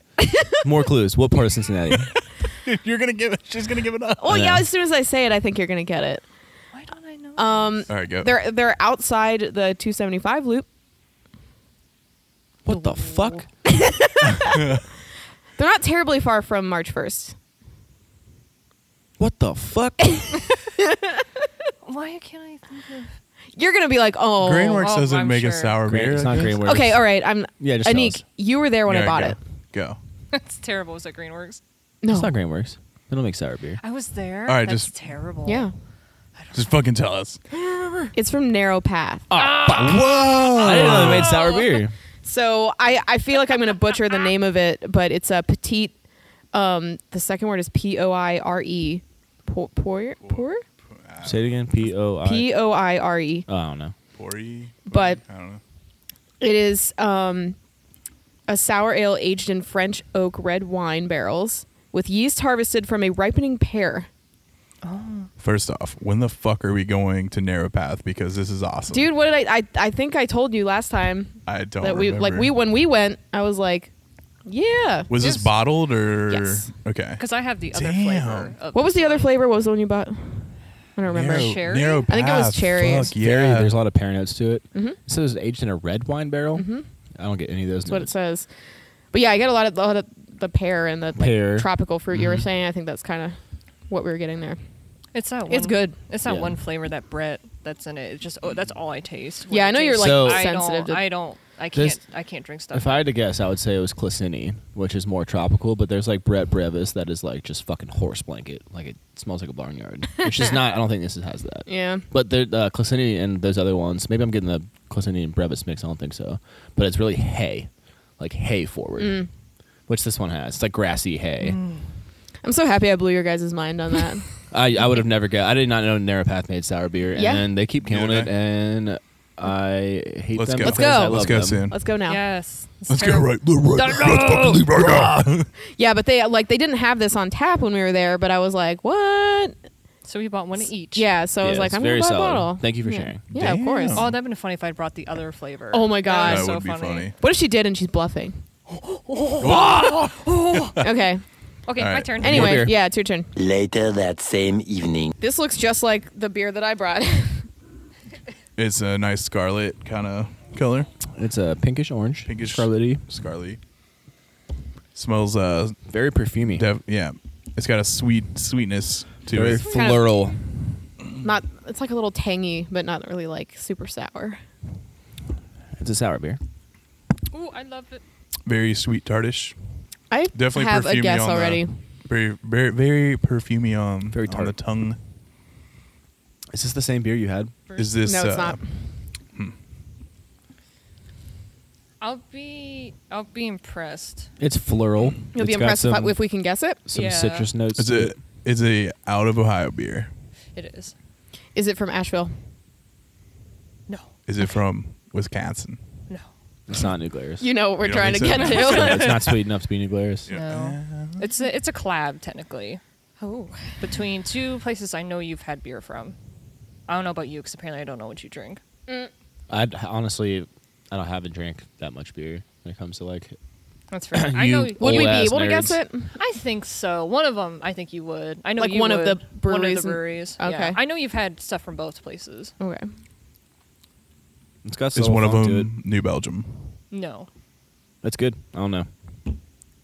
S3: More clues. What part of Cincinnati?
S1: You're gonna give. it. She's gonna give it up.
S2: Well,
S3: I know.
S2: yeah. As soon as I say it, I think you're gonna get it.
S4: Why don't I know?
S2: Um,
S1: All right, go.
S2: they're they're outside the 275 loop.
S3: What the fuck?
S2: They're not terribly far from March 1st.
S3: What the fuck?
S4: Why can't I think of?
S2: You're gonna be like, oh,
S1: Grainworks
S4: oh,
S1: doesn't
S4: I'm
S1: make a
S4: sure.
S1: sour
S3: Great,
S1: beer.
S3: it's not
S1: I guess.
S3: Greenworks.
S2: Okay, all right. I'm
S3: Yeah, just tell
S2: Anik.
S3: us.
S2: You were there when I
S1: All
S2: bought
S1: right,
S2: it.
S1: go. Go.
S4: That's terrible. Is that Greenworks?
S2: No,
S3: It's not Greenworks. They don't make sour beer.
S4: I was there.
S1: All right,
S4: That's
S1: just-
S4: terrible.
S2: yeah,
S1: Just fucking tell us.
S2: it's from Narrow Path.
S3: Ah.
S2: Oh.
S3: I
S1: Whoa!
S3: didn't know they made sour beer.
S2: So I, I feel like I'm gonna butcher the name of it, but it's a petite. Um, the second word is P O I R E, pour pour pour
S3: Say it again. P O I.
S2: P O I R E.
S3: Oh, I don't know.
S1: Pori-
S2: But-
S1: I don't know.
S2: It is um, a sour ale aged in French oak red wine barrels with yeast harvested from a ripening pear.
S1: First off, when the fuck are we going to Narrow Path? Because this is awesome,
S2: Dude, what did I? I, I think I told you last time
S1: I don't
S2: that we like
S1: remember.
S2: we when we went. I was like, yeah.
S1: Was
S4: Yes.
S1: this bottled or
S2: Yes.
S1: okay?
S4: Because I have the other
S1: Damn.
S4: flavor. Of
S2: What was the other flavor? What was the one you bought? I don't remember.
S1: Narrow,
S4: Cherry?
S1: narrow
S2: I think it was
S1: Path,
S2: cherry.
S1: Fuck, yeah.
S3: Very- There's a lot of pear notes to it. Mm-hmm. It says it's aged in a red wine barrel. I don't get any of those.
S2: Mm-hmm. That's what it
S3: notes.
S2: says. But yeah, I get a lot of, a lot of the pear and the like,
S3: Pear. Mm-hmm.
S2: tropical fruit you were saying. I think that's kind of what we were getting there.
S4: It's not. One,
S2: It's good.
S4: It's not
S3: Yeah.
S4: one flavor that Brett that's in it. It's just oh, that's all I taste.
S2: Yeah, I know you're,
S3: like,
S4: I
S2: sensitive
S4: Don't,
S2: to-
S4: I don't. I
S3: There's-
S4: can't. I can't drink stuff.
S3: If I had to guess, I would say it was Clicini, which is more tropical. But there's like Brett Brevis that is like just fucking horse blanket. Like it smells like a barnyard, which is not. I don't think this has that.
S2: Yeah.
S3: But the uh, Clicini and those other ones, maybe I'm getting the Clicini and Brevis mix. I don't think so. But it's really hay, like hay forward,
S2: Mm.
S3: which this one has. It's like grassy hay.
S2: I'm so happy I blew your guys' mind on that.
S3: I, I would have never guessed. I did not know Narrowpath made sour beer,
S2: Yeah.
S3: and they keep killing
S1: Yeah,
S3: it.
S1: okay.
S3: And I hate
S1: Let's
S3: them.
S1: go.
S2: Let's
S3: because
S2: go.
S3: I
S1: Let's
S3: love
S1: go
S3: them.
S1: soon.
S2: Let's go now. Yeah.
S4: yes. it's
S1: Let's go
S4: terrible.
S1: right, right, right.
S4: Don't
S1: Let's fucking leave right now.
S2: but they like they didn't have this on tap when we were there. But I was like, what?
S4: So we bought one of each.
S2: Yeah. So I
S3: Yeah,
S2: was like,
S3: it's
S2: I'm
S3: very
S2: gonna buy a
S3: solid.
S2: bottle.
S3: Thank you for
S2: Yeah.
S3: sharing.
S2: Yeah, of
S1: Damn.
S2: course.
S4: Oh, that'd been funny if I would brought the other flavor.
S2: Oh my
S4: That
S2: God.
S4: was
S1: That
S4: so
S1: would be funny.
S2: what if she did and she's bluffing? okay.
S4: Okay,
S1: All
S4: my
S1: right.
S4: turn.
S2: Anyway,
S3: beer.
S2: yeah, it's your turn.
S5: Later that same evening.
S2: This looks just like the beer that I brought.
S1: It's a nice scarlet kind of color,
S3: It's a pinkish orange,
S1: Pinkish.
S3: scarlety,
S1: scarlet. Smells uh,
S3: very perfumey,
S1: def- yeah. It's got a sweet sweetness to
S3: very
S1: it.
S2: kind of-
S3: floral.
S2: not. It's like a little tangy, but not really like super sour.
S3: It's a sour beer.
S4: Ooh, I love it.
S1: Very sweet tartish.
S2: I
S1: Definitely
S2: have
S1: perfumey
S2: a guess
S1: on the-
S2: already.
S1: very, very, very perfumey on,
S3: Very
S1: on the
S3: tart.
S1: tongue.
S3: Is this the same beer you had?
S1: Is this?
S2: no, it's
S1: uh,
S2: not.
S4: I'll be. I'll be impressed.
S3: It's floral.
S2: You'll be
S3: It's got
S2: impressed if, I-
S3: some,
S2: if we can guess it.
S3: some
S4: Yeah.
S3: citrus notes.
S1: It's
S3: to
S1: a
S3: it.
S1: it's a out of Ohio beer.
S4: It is.
S2: Is it from Asheville?
S4: No.
S1: Is it from Wisconsin?
S4: No.
S3: It's not New Glarus.
S2: You know what we're
S1: You don't
S2: trying to
S1: think
S2: get
S1: so?
S3: It's not-
S2: to.
S3: it's not sweet enough to be New Glarus. Uh,
S4: No. It's a. It's a collab technically
S2: oh,
S4: between two places I know you've had beer from. I don't know about you because apparently I don't know what you drink.
S3: I'd, honestly, I don't haven't drank that much beer when it comes to like.
S4: That's fair. I know.
S3: You-
S2: would
S3: Old
S2: we be
S3: ass
S2: able to guess it?
S3: nerds.
S4: I think so. One of them, I think you would. I know
S2: Like
S4: you
S2: one of
S4: would.
S2: the
S4: One of
S2: breweries
S4: the
S2: and-
S4: breweries.
S2: Okay.
S4: Yeah. I know you've had stuff from both places.
S2: Okay.
S3: It's got
S1: is
S3: soul
S1: one of
S3: funk to
S1: them New Belgium.
S4: No.
S3: it. That's good. I don't know.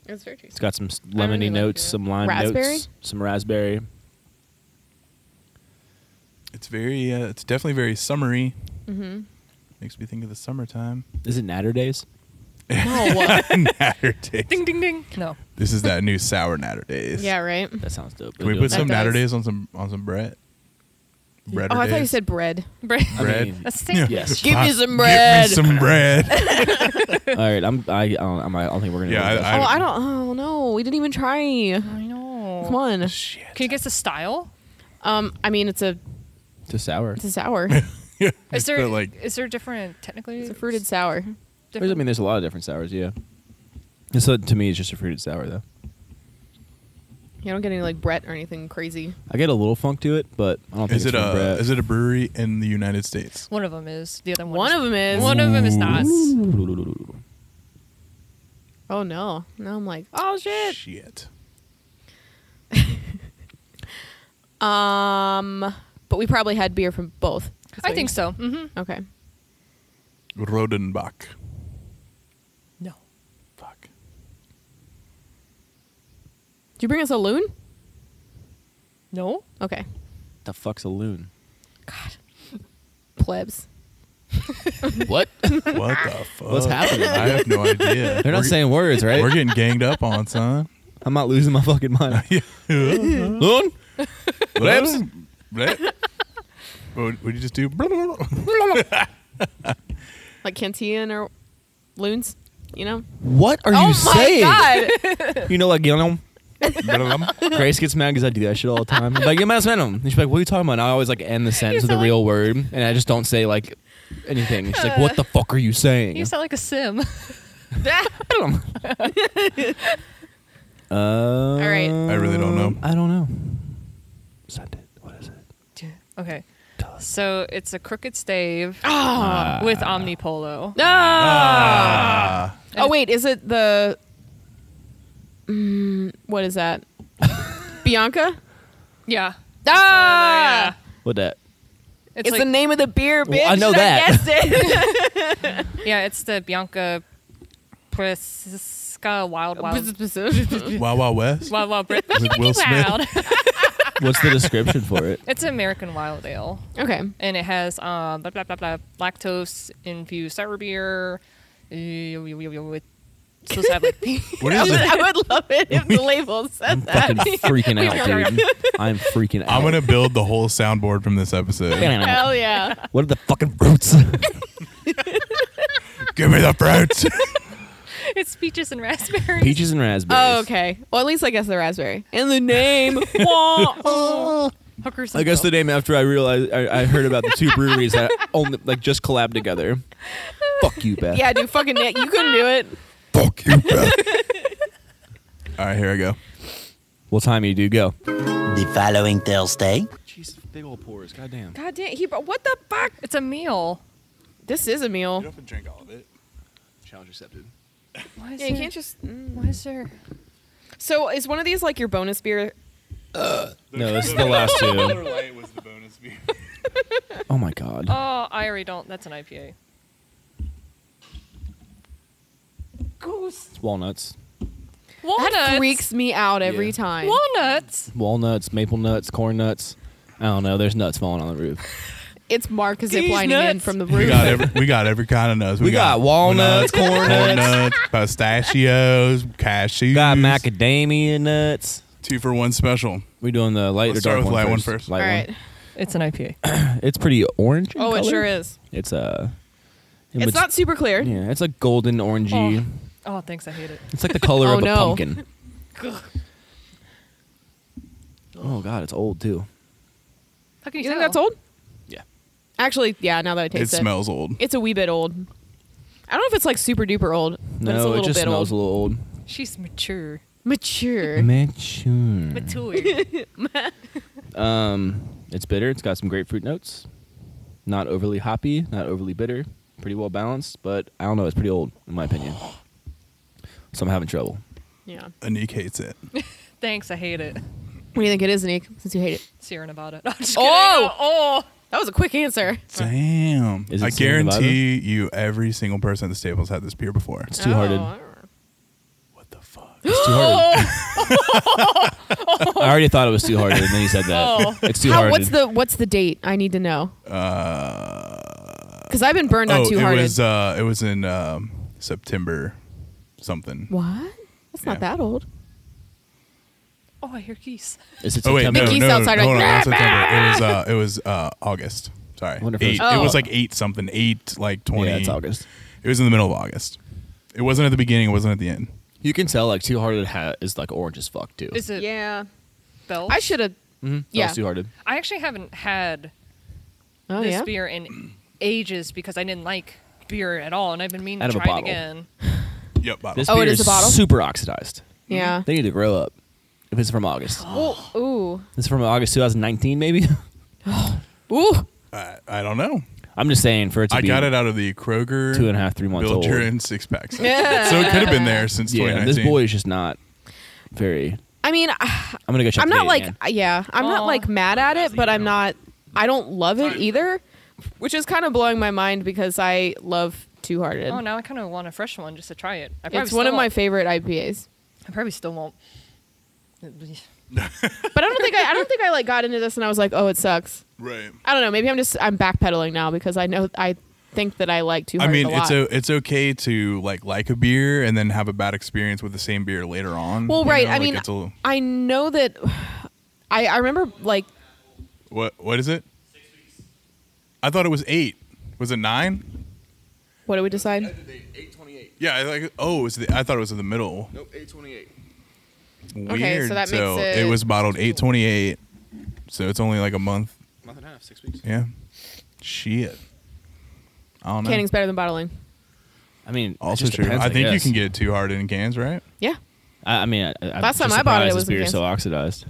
S2: That's very true.
S3: It's got some s-
S4: really
S3: lemony
S4: like
S3: notes,
S4: it.
S3: some lime
S2: Raspberry?
S3: notes, some raspberry.
S1: It's very, uh, it's definitely very summery.
S2: Mm-hmm.
S1: Makes me think of the summertime.
S3: Is it Natter Days?
S2: No.
S1: Natter days.
S4: Ding ding ding. No.
S1: This is that new sour Natter days.
S2: yeah, right.
S3: That sounds dope.
S1: Can we put
S2: That
S1: some Natter
S2: does.
S1: days on some on some bread? Bread.
S2: Oh, I thought you said bread.
S4: Bread.
S1: bread.
S4: That's the same.
S3: Yeah.
S4: thing.
S3: Yes.
S2: Give me
S1: Get
S2: some bread.
S1: me some bread.
S3: All right. I'm. I. I don't, I'm, I don't think we're gonna.
S1: Yeah,
S3: do
S2: oh,
S1: I don't-
S2: I don't. Oh no, we didn't even try.
S4: I know.
S2: Come on.
S1: Shit.
S4: Can you guess the style?
S2: Um, I mean, it's a
S3: that. To sour.
S2: it's a sour.
S4: Is there
S1: felt
S4: is
S1: like-
S4: there different technically?
S2: It's a fruited sour.
S3: There's, I mean, there's a lot of different sours. Yeah. And so to me, it's just a fruited sour though.
S2: You don't get any like Brett or anything crazy.
S3: I get a little funk to it, but I don't think
S1: Is
S3: it's
S1: it
S3: from
S1: a
S3: bread.
S1: is it a brewery in the United States?
S4: One of them is the other one.
S2: One of them is.
S4: One of them is not.
S2: Oh no. Now I'm like, oh shit.
S1: Shit.
S2: Um, but we probably had beer from both. That's
S4: I
S2: what
S4: think
S2: you-
S4: so. Mm-hmm.
S2: Okay.
S1: Rodenbach.
S4: No.
S1: Fuck.
S2: Did you bring us a loon?
S4: No.
S2: Okay.
S3: The fuck's a loon?
S2: Plebs.
S3: What?
S1: What the fuck?
S3: What's happening?
S1: I have no idea.
S3: They're not
S1: We're-
S3: saying words, right?
S1: We're getting ganged up on, son.
S3: I'm not losing my fucking mind. loon.
S1: Blabs. Blab. What would you just do?
S2: Like Cantean or loons, you know?
S3: What are you
S2: oh
S3: saying?
S2: my god.
S3: You know, like you know.
S1: Blab.
S3: Grace gets mad because I do that shit all the time. I'm like, you must venom. And she's like, what are you talking about? And I always like end the sentence with a
S4: sound
S3: real word, and I just don't say like anything. She's like, what the fuck are you saying?
S4: You sound like a sim.
S3: um, all
S2: right.
S1: I really don't know.
S3: Um, I don't know. Send it. What is it?
S4: okay.
S3: Tell us.
S4: So it's a crooked stave
S2: Ah.
S4: with omnipolo.
S2: No.
S1: Ah,
S2: Oh wait, is it the mm, what is that? Bianca?
S4: Yeah.
S2: Ah!
S4: Yeah.
S3: What that?
S4: It's,
S2: It's,
S4: like,
S2: the name of the beer, bitch.
S3: Well, I know that.
S2: I guessed it.
S4: yeah, it's the Bianca Prisca Wild Wild
S1: Wild Wild West.
S4: Wild Wild Brit.
S1: Is it Will Smith?
S4: Wild.
S3: What's the description for it?
S4: it's an American wild ale,
S2: okay.
S4: and it has um, blah blah blah blah lactose infused sour beer. Uh, with supposed to have like
S1: What
S2: I
S1: is
S2: would,
S1: it?
S2: I would love it if the label said that.
S3: Fucking freaking out, dude. I'm freaking out.
S1: I'm gonna build the whole soundboard from this episode.
S2: Hell yeah.
S3: What are the fucking fruits?
S1: Give me the fruits.
S4: it's peaches and raspberries.
S3: Peaches and raspberries.
S2: Oh, okay. Well, at least I guess the raspberry. And the name. Wah.
S4: Hookers.
S3: I guess the name after I realized I, I heard about the two breweries that only like just collabed together. Fuck you, Beth.
S2: yeah, dude, fucking Nick. You couldn't do it.
S1: Fuck you, Beth. All right, here I go.
S3: What time you do go?
S5: The following Thursday,
S3: Jesus, big old pours. Goddamn.
S2: God damn. He, what the fuck?
S4: It's a meal.
S2: This is a meal.
S1: have to drink all of it.
S3: Challenge accepted.
S4: Why is
S2: Yeah, you can't just. mm.
S4: Why is there?
S2: So is one of these like your bonus beer?
S3: No, this is the last two.
S1: Light was the bonus beer.
S3: Oh my god.
S4: Oh, I already don't. That's an IPA.
S3: It's walnuts,
S4: Walnuts.
S2: That freaks me out every
S3: Yeah.
S2: time.
S4: Walnuts.
S3: walnuts, maple nuts, corn nuts. I don't know. There's nuts falling on the roof.
S2: It's Mark
S4: These
S2: ziplining in
S4: nuts.
S2: from the
S1: We
S2: roof.
S1: got every we got every kind of nuts.
S3: We got walnuts, corn
S1: corn
S3: nuts.
S1: nuts, pistachios, cashews.
S3: Got macadamia nuts.
S1: Two for one special.
S3: We doing the light
S1: Let's
S3: or dark
S1: start with
S3: one,
S1: light one
S3: first?
S1: first.
S3: Light
S2: All
S3: one.
S2: right.
S4: It's an IPA.
S3: It's pretty orange. in
S2: Oh, it
S3: color.
S2: sure is.
S3: It's uh, in
S2: It's
S3: bet-
S2: not super clear.
S3: Yeah, it's like golden orangey.
S4: Oh. Oh, thanks. I hate it.
S3: It's like the color
S2: Oh,
S3: of a
S2: no.
S3: pumpkin. oh god, it's old too.
S4: How can
S2: You
S4: you,
S2: think
S4: tell?
S2: that's old?
S3: Yeah.
S2: Actually, yeah. Now that I
S1: It
S2: taste it,
S1: smells old.
S2: it's a wee bit old. I don't know if it's like super duper old, but it's a
S3: No,
S2: little
S3: it just
S2: bit
S3: smells
S2: old.
S3: a little old.
S4: She's mature.
S2: Mature.
S3: Mature.
S4: Mature.
S3: Um, it's bitter. It's got some grapefruit notes. Not overly hoppy. Not overly bitter. Pretty well balanced, but I don't know. It's pretty old in my opinion. So I'm having trouble.
S2: yeah.
S1: Anik hates it.
S4: thanks. I hate it.
S2: What do you think it is, Nick? Since you hate it.
S4: Sierra Nevada. No, I'm just
S2: Oh!
S4: kidding. oh,
S2: That was a quick answer.
S1: Damn.
S3: Is it
S1: I
S3: Cinco de Mayo?
S1: guarantee you every single person at this table has had this beer before.
S3: It's two-hearted.
S2: Oh, I don't know.
S1: What the fuck?
S3: It's
S4: Oh.
S3: two-hearted. I already thought it was two-hearted, and then he said that.
S4: Oh.
S3: It's two-hearted.
S2: How, what's the what's the date? I need to know. Because I've been burned on
S1: Uh, Oh,
S2: Two
S1: it
S2: Hearted.
S1: was uh, it was in um, September something.
S2: what? That's
S1: Yeah.
S2: not that old.
S4: Oh, I hear geese.
S3: Is it
S1: Oh wait, no,
S3: September?
S1: no,
S2: Mickey's
S1: no,
S2: outside,
S1: hold on,
S2: like,
S1: it was September. It was uh, it was uh, August. Sorry,
S3: Wonder if it
S1: eight.
S3: was-
S1: It was
S2: Oh.
S1: like eight something, eight like twenty.
S3: Yeah, it's August.
S1: It was in the middle of August. It wasn't at the beginning. It wasn't at the end.
S3: You can tell like two-hearted hat is like orange as fuck too.
S4: Is it
S2: Yeah.
S4: bells?
S2: I should have.
S1: Mm-hmm.
S3: Mhm. That
S2: yeah.
S3: was two-hearted.
S1: Oh.
S4: I actually haven't had
S2: Oh
S4: this
S2: yeah.
S4: beer in ages because I didn't like beer at all, and I've been meaning
S3: Out
S4: to
S3: of a
S4: try it
S3: bottle.
S4: again.
S1: Yep. Bottle.
S3: This
S2: Oh, it
S3: beer
S2: is a bottle?
S3: super oxidized.
S4: Mm-hmm.
S2: Yeah.
S3: They need to grow up. If it's from August,
S4: Oh,
S2: Ooh.
S3: it's from August 2019, maybe.
S2: Ooh.
S1: I, I don't know.
S3: I'm just saying for it to
S1: I
S3: be
S1: got it out of the Kroger
S3: two and a half, three months
S1: Builder
S3: old.
S1: and six packs.
S2: Yeah.
S1: So it could have been there since
S3: Yeah,
S1: 2019.
S3: this boy is just not very.
S2: I mean, I-
S3: I'm gonna go check.
S2: I'm
S3: the
S2: not
S3: date
S2: like
S3: again.
S2: yeah, I'm not
S4: Aw.
S2: like mad at it, but I'm not. I don't love it either, which is kind of blowing my mind because I love Two Hearted.
S4: Oh, now I kind of want a fresh one just to try it. I probably
S2: it's one
S4: still
S2: of my
S4: won't.
S2: favorite IPAs.
S4: I probably still won't.
S2: But I don't think I, I don't think I like got into this and I was like, oh, it sucks.
S1: Right.
S2: I don't know. Maybe I'm just I'm backpedaling now because I know I think that I like Two
S1: I
S2: Hearted.
S1: mean,
S2: a
S1: it's
S2: lot.
S1: o- it's okay to like like a beer and then have a bad experience with the same beer later on.
S2: well,
S1: you
S2: right.
S1: know,
S2: I
S1: like,
S2: mean,
S1: it's a little-
S2: I know that. I I remember like
S1: what what is it? I thought it was eight. Was it nine?
S2: what did we decide?
S6: Eight twenty-eight.
S1: Yeah. I like oh, it was the, I thought it was in the middle.
S6: Nope, eight twenty-eight.
S1: Weird.
S2: so that makes
S1: it
S2: it-
S1: was bottled eight twenty eight. So it's only like a month.
S6: Month and a half, six weeks.
S1: Yeah. Shit. I don't know.
S2: Canning's better than bottling.
S3: I mean, it
S1: also
S3: just
S1: true.
S3: Depends,
S1: I think you
S3: guess.
S1: can get two hard in cans, right?
S2: Yeah.
S3: I, I mean, I, I'm
S2: Last time
S3: just
S2: I bought it, it
S3: surprised this
S2: was in
S3: beer is
S2: cans.
S3: so oxidized.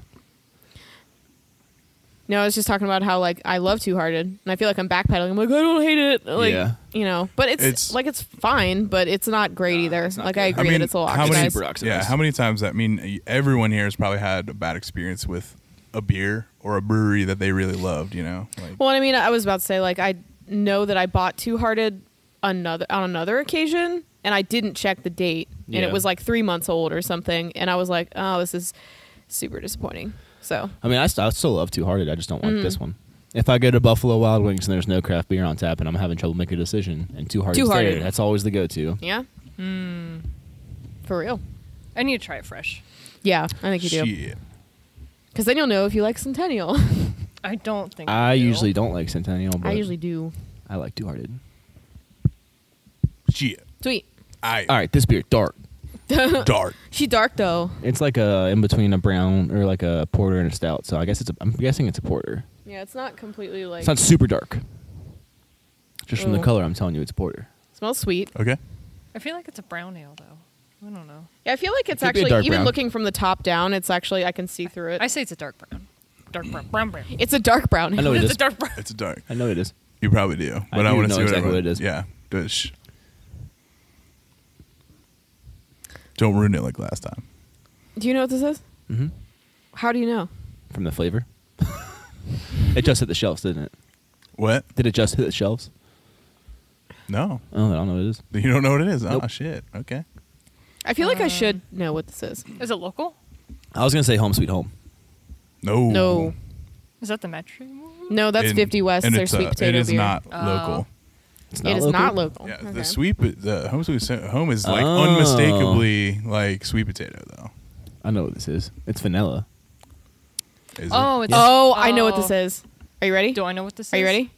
S2: No, I was just talking about how like I love Two Hearted, and I feel like I'm backpedaling. I'm like, I don't hate it, like
S3: Yeah.
S2: you know. But it's,
S1: It's-
S2: like it's fine, but it's not great either.
S3: it's not
S2: like
S3: good.
S2: I
S3: I
S2: agree that it's a little
S1: how many,
S2: oxidized.
S3: Super oxidized.
S1: yeah, how many times? I mean, everyone here has probably had a bad experience with a beer or a brewery that they really loved. You know, like
S2: Well, I mean, I was about to say like I know that I bought Two Hearted another on another occasion, and I didn't check the date, and
S3: Yeah.
S2: it was like three months old or something, and I was like, oh, this is super disappointing. So
S3: I mean, I, st- I still love Two Hearted. I just don't like
S2: Mm.
S3: this one. If I go to Buffalo Wild Wings and there's no craft beer on tap and I'm having trouble making a decision, and Two Hearted's
S2: Two Hearted.
S3: there, that's always the go-to.
S2: yeah, Hmm. for real.
S4: I need to try it fresh.
S2: Yeah, I think you do.
S1: shit.
S2: Because then you'll know if you like Centennial.
S4: I don't think
S3: I
S4: do.
S3: usually don't like Centennial, but
S2: I usually do.
S3: I like Two Hearted.
S1: Shit.
S2: Sweet.
S1: I
S3: All right, this beer dark.
S1: dark.
S2: She dark though.
S3: It's like a in between a brown or like a porter and a stout. So I guess it's a, I'm guessing it's a porter.
S2: Yeah, it's not completely like.
S3: It's not super dark. Just from the
S2: Ooh.
S3: color, I'm telling you, it's porter.
S2: smells sweet.
S1: Okay.
S4: I feel like it's a brown ale though. I don't know.
S2: Yeah, I feel like it's
S3: could be a
S2: actually
S3: dark
S2: even
S3: brown.
S2: looking from the top down. It's actually I can see through it.
S4: I say it's a dark brown. Dark brown. Brown brown.
S2: it's a dark brown.
S3: I know it
S4: it's
S3: is.
S4: a dark brown.
S1: It's dark.
S3: I know it is.
S1: You probably do, but I,
S3: do
S1: want to
S3: know
S1: see what
S3: exactly
S1: everyone-
S3: what it is.
S1: Yeah. Dish. Don't ruin it like last time.
S2: Do you know what this is?
S3: Mm-hmm.
S2: How do you know?
S3: From the flavor. it just hit the shelves, didn't it?
S1: What?
S3: Did it just hit the shelves?
S1: No.
S3: Oh, I don't know what it is.
S1: You don't know what it is. Oh
S3: Nope.
S1: shit. Okay.
S2: I feel like I
S4: Um,
S2: should know what this is.
S4: Is it local?
S3: I was gonna say Home Sweet Home.
S1: No.
S2: No,
S4: Is that the Metro? movie?
S2: no, that's
S1: And-
S2: Fifty West.
S1: and
S2: Their
S1: it's,
S2: sweet
S1: uh,
S2: potato
S1: It is
S2: beer.
S1: not
S4: Oh.
S1: local.
S3: It's
S2: It is not local.
S1: Yeah,
S2: Okay.
S1: the sweet po- the home sweet sa- home is like
S3: Oh.
S1: unmistakably like sweet potato though.
S3: I know what this is. It's vanilla.
S1: Is
S4: Oh,
S1: it?
S4: it's
S2: Oh, I know what this
S4: Oh.
S2: is. Are you ready?
S4: Do I know what this is?
S2: Are you ready?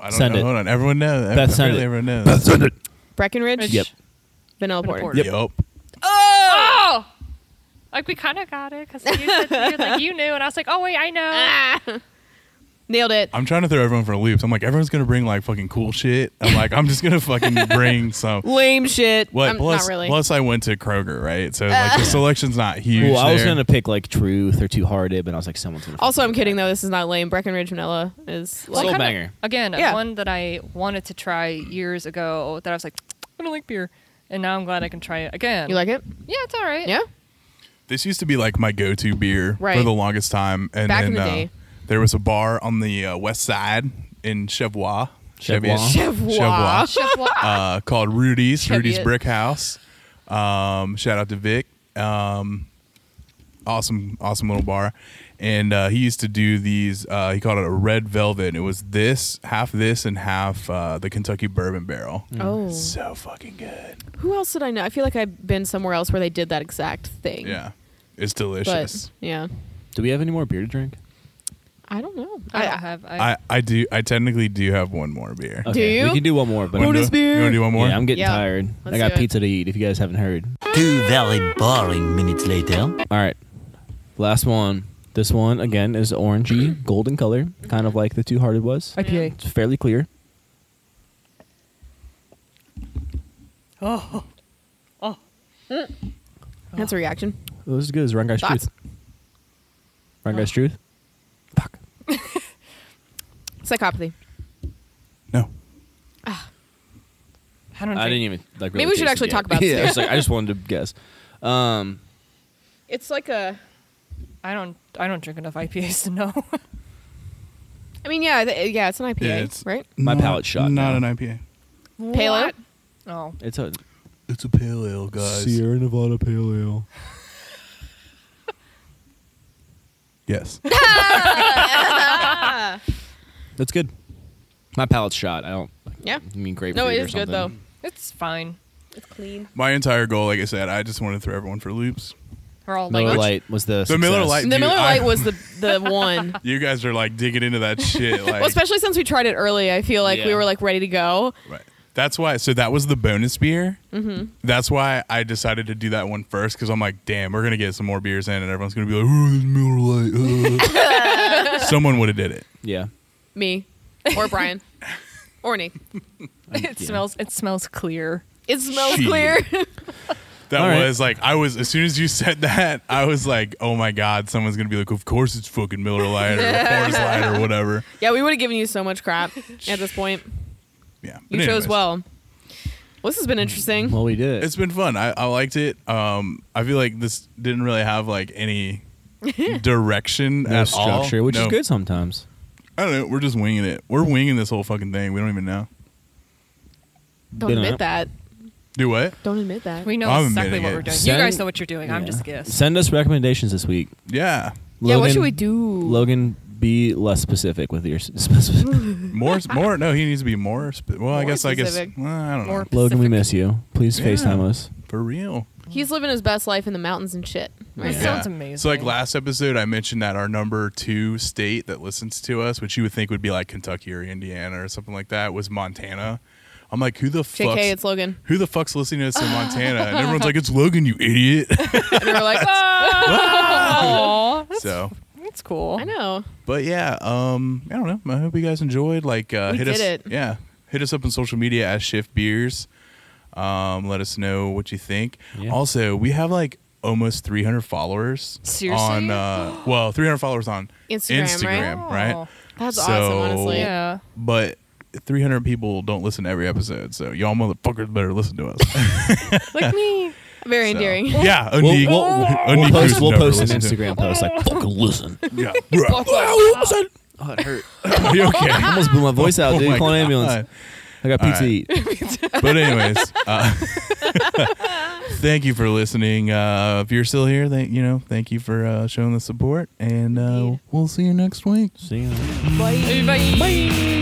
S1: I don't
S3: Send
S1: know.
S3: it.
S1: Hold on, everyone knows.
S3: Beth, send
S1: Apparently
S3: it.
S1: everyone knows.
S2: Breckenridge.
S4: Rich. Yep.
S2: Vanilla porter.
S4: porter.
S1: Yep.
S4: Oh! Like we kind of got it because you said you, like you knew, and I was like, oh wait, I know.
S2: Ah! Nailed it.
S1: I'm trying to throw everyone for loops. I'm like, everyone's gonna bring like fucking cool shit. I'm like, I'm just gonna fucking bring some.
S2: Lame shit.
S1: What?
S2: I'm,
S1: plus,
S2: Um, not really. Uh.
S1: plus, I went to Kroger, right? So like, the selection's not huge.
S3: Well, I was
S1: there.
S3: gonna pick like Truth or Too Hearted, but I was like, someone's gonna.
S2: also, I'm kidding though. This is not lame. Breckenridge vanilla is.
S4: Well,
S3: Soul
S4: kinda-
S3: banger.
S4: Again,
S2: Yeah.
S4: one that I wanted to try years ago that I was like, I don't like beer. And now I'm glad I can try it again.
S2: You like it?
S4: Yeah, it's all right.
S2: Yeah.
S1: This used to be like my go-to beer
S2: Right.
S1: for the longest time, and
S2: Back
S1: then
S2: in the
S1: uh,
S2: day.
S1: There was a bar on the uh, west side in Chevois.
S3: Chevois.
S2: Chevois.
S1: uh, called Rudy's, Rudy's
S2: Cheviot.
S1: Brick House. Um, shout out to Vic. Um, awesome, awesome little bar. And uh, he used to do these, uh, he called it a red velvet. And it was this, half this, and half uh, the Kentucky bourbon barrel.
S3: Mm.
S2: Oh.
S1: So fucking good.
S2: Who else did I know? I feel like I've been somewhere else where they did that exact thing.
S1: Yeah. It's
S2: But
S1: delicious.
S2: yeah.
S3: Do we have any more beer to drink?
S2: I don't know.
S4: I don't have. I,
S1: I, I do, I technically do have one more beer.
S2: Do you?
S3: We can do one more, but
S1: You wanna
S2: Bonus
S1: do- You
S2: beer.
S1: want to do one more?
S3: Yeah, I'm getting
S2: Yeah.
S3: tired.
S2: Let's
S3: I got
S2: do it.
S3: pizza to eat. If you guys haven't heard.
S5: Two very boring minutes later.
S3: All right, last one. This one again is orangey, golden color, kind of like the Two Hearted was.
S4: IPA.
S3: It's fairly clear.
S2: That's a reaction.
S3: It was good as Run Guy's
S2: Thoughts? Oh.
S3: Truth. Run Guy's Truth. Fuck.
S2: Psychopathy.
S1: no.
S4: I don't.
S3: I didn't
S4: drink-
S3: even like.
S2: Maybe
S3: really
S2: we should
S3: taste it
S2: actually
S3: yet.
S2: talk about this
S3: yeah,
S2: beer.
S3: it's like, I just wanted to guess. Um,
S2: It's like a.
S1: e-
S4: I don't. I don't drink enough IPAs to know.
S2: I mean, yeah, th- yeah, it's an IPA,
S1: Yeah, it's-
S2: right?
S3: My
S1: Not-
S3: palate shot
S1: Not
S3: now.
S1: an IPA.
S2: Pale ale.
S4: Oh,
S3: it's a
S1: It's a pale ale, guys.
S3: Nevada Pale Ale.
S1: Yes.
S3: That's good. My palate's shot. I don't.
S2: Yeah.
S3: I mean, grapefruit.
S2: No, it
S3: or
S2: is good though.
S3: something.
S4: it's fine.
S2: It's clean.
S1: My entire goal, like I said, I just want to throw everyone for loops.
S4: We're
S2: Oh
S4: all
S3: Miller
S4: like.
S3: Lite was the
S1: The Miller
S3: success.
S1: Lite-
S2: The
S1: Dude,
S2: Miller
S1: I-
S2: Lite was the the one.
S1: You guys are like digging into that shit. Like,
S2: Well, especially since we tried it early, I feel like we
S3: Yeah.
S2: were like ready to go.
S1: Right. That's why. So that was the bonus beer. Mm-hmm. That's why I decided to do that one first because I'm like, damn, we're gonna get some more beers in, and everyone's gonna be like, oh, this Miller Lite. uh." Someone would have did it.
S3: Yeah.
S2: Me or Brian or Nick.
S4: it
S3: yeah.
S4: smells. It smells clear.
S2: It smells
S1: Shit.
S2: clear.
S1: That
S3: All right.
S1: was like, I was as soon as you said that, I was like, oh my god, someone's gonna be like, of course it's fucking Miller Lite or Coors Light or whatever.
S2: yeah, we would have given you so much crap at this point.
S1: Yeah.
S2: You
S1: But
S2: chose
S1: anyways.
S2: well. Well, this has been interesting.
S3: Well, we did.
S1: It's been fun. I, I liked it. Um, I feel like this didn't really have like any direction
S3: no
S1: at
S3: structure,
S1: all.
S3: which
S1: No.
S3: is good sometimes.
S1: I don't know. We're just winging it. We're winging this whole fucking thing. We don't even know.
S2: Don't
S3: Been
S2: admit
S3: on-
S2: that.
S1: Do what?
S2: Don't admit that.
S4: We know
S1: I'm
S4: exactly
S1: admitting
S4: what
S1: it.
S4: we're doing.
S3: Send-
S4: you guys know what you're doing. I'm
S3: Yeah.
S4: just guessing.
S3: Send us recommendations this week.
S1: Yeah.
S2: yeah, what
S3: Logan-
S2: should we do?
S3: Logan, be less specific with your s- specific.
S1: More, more. No, he needs to be more. Spe- well, I
S2: More
S1: guess. I
S2: specific.
S1: guess. Well, I don't
S4: More
S1: know.
S3: Logan, we miss you. Please
S1: Yeah.
S3: FaceTime us.
S1: For real.
S2: He's living his best life in the mountains and shit. Right
S4: Yeah.
S2: now.
S4: Sounds amazing.
S1: So, like last episode, I mentioned that our number two state that listens to us, which you would think would be like Kentucky or Indiana or something like that, was Montana. I'm like, who the
S2: JK,
S1: fuck?
S2: it's Logan.
S1: Who the fuck's listening to us in Montana? And everyone's like, it's Logan, you idiot.
S2: And we're like, "Oh,
S4: Aw, that's,
S1: so,
S4: that's cool.
S2: I know.
S1: but yeah, um, I don't know. I hope you guys enjoyed. Like, uh,
S2: We
S1: hit
S2: did
S1: us,
S2: it.
S1: yeah, hit us up on social media at Shift Beers. Um, let us know what you think.
S3: Yeah.
S1: Also, we have like almost 300 followers.
S4: Seriously?
S1: On uh, well, 300 followers on
S2: Instagram,
S1: Instagram,
S4: right?
S1: right?
S4: Oh.
S2: That's
S1: So-
S2: awesome, honestly.
S4: Yeah.
S1: But 300 people don't listen to every episode, so y'all motherfuckers better listen to us.
S4: Like me.
S2: Very
S1: So-
S2: endearing.
S1: yeah,
S3: We'll,
S1: Undique-
S3: we'll-
S2: Oh!
S3: we'll
S1: Undique
S3: post,
S1: who's
S3: we'll
S1: never
S3: post an
S1: listened to-
S3: Instagram post like, fucking listen.
S1: Yeah.
S3: Oh, it hurt.
S1: Are you okay?
S3: I almost blew my voice out,
S1: Oh
S3: dude.
S1: my
S3: Call an
S1: God.
S3: ambulance. I got E.
S1: All
S3: pizza to eat.
S1: But anyways, uh, thank you for listening. Uh, if you're still here, thank you know, thank you for uh, showing the support, and uh,
S2: Indeed.
S1: we'll see you next week.
S3: See you.
S4: Bye.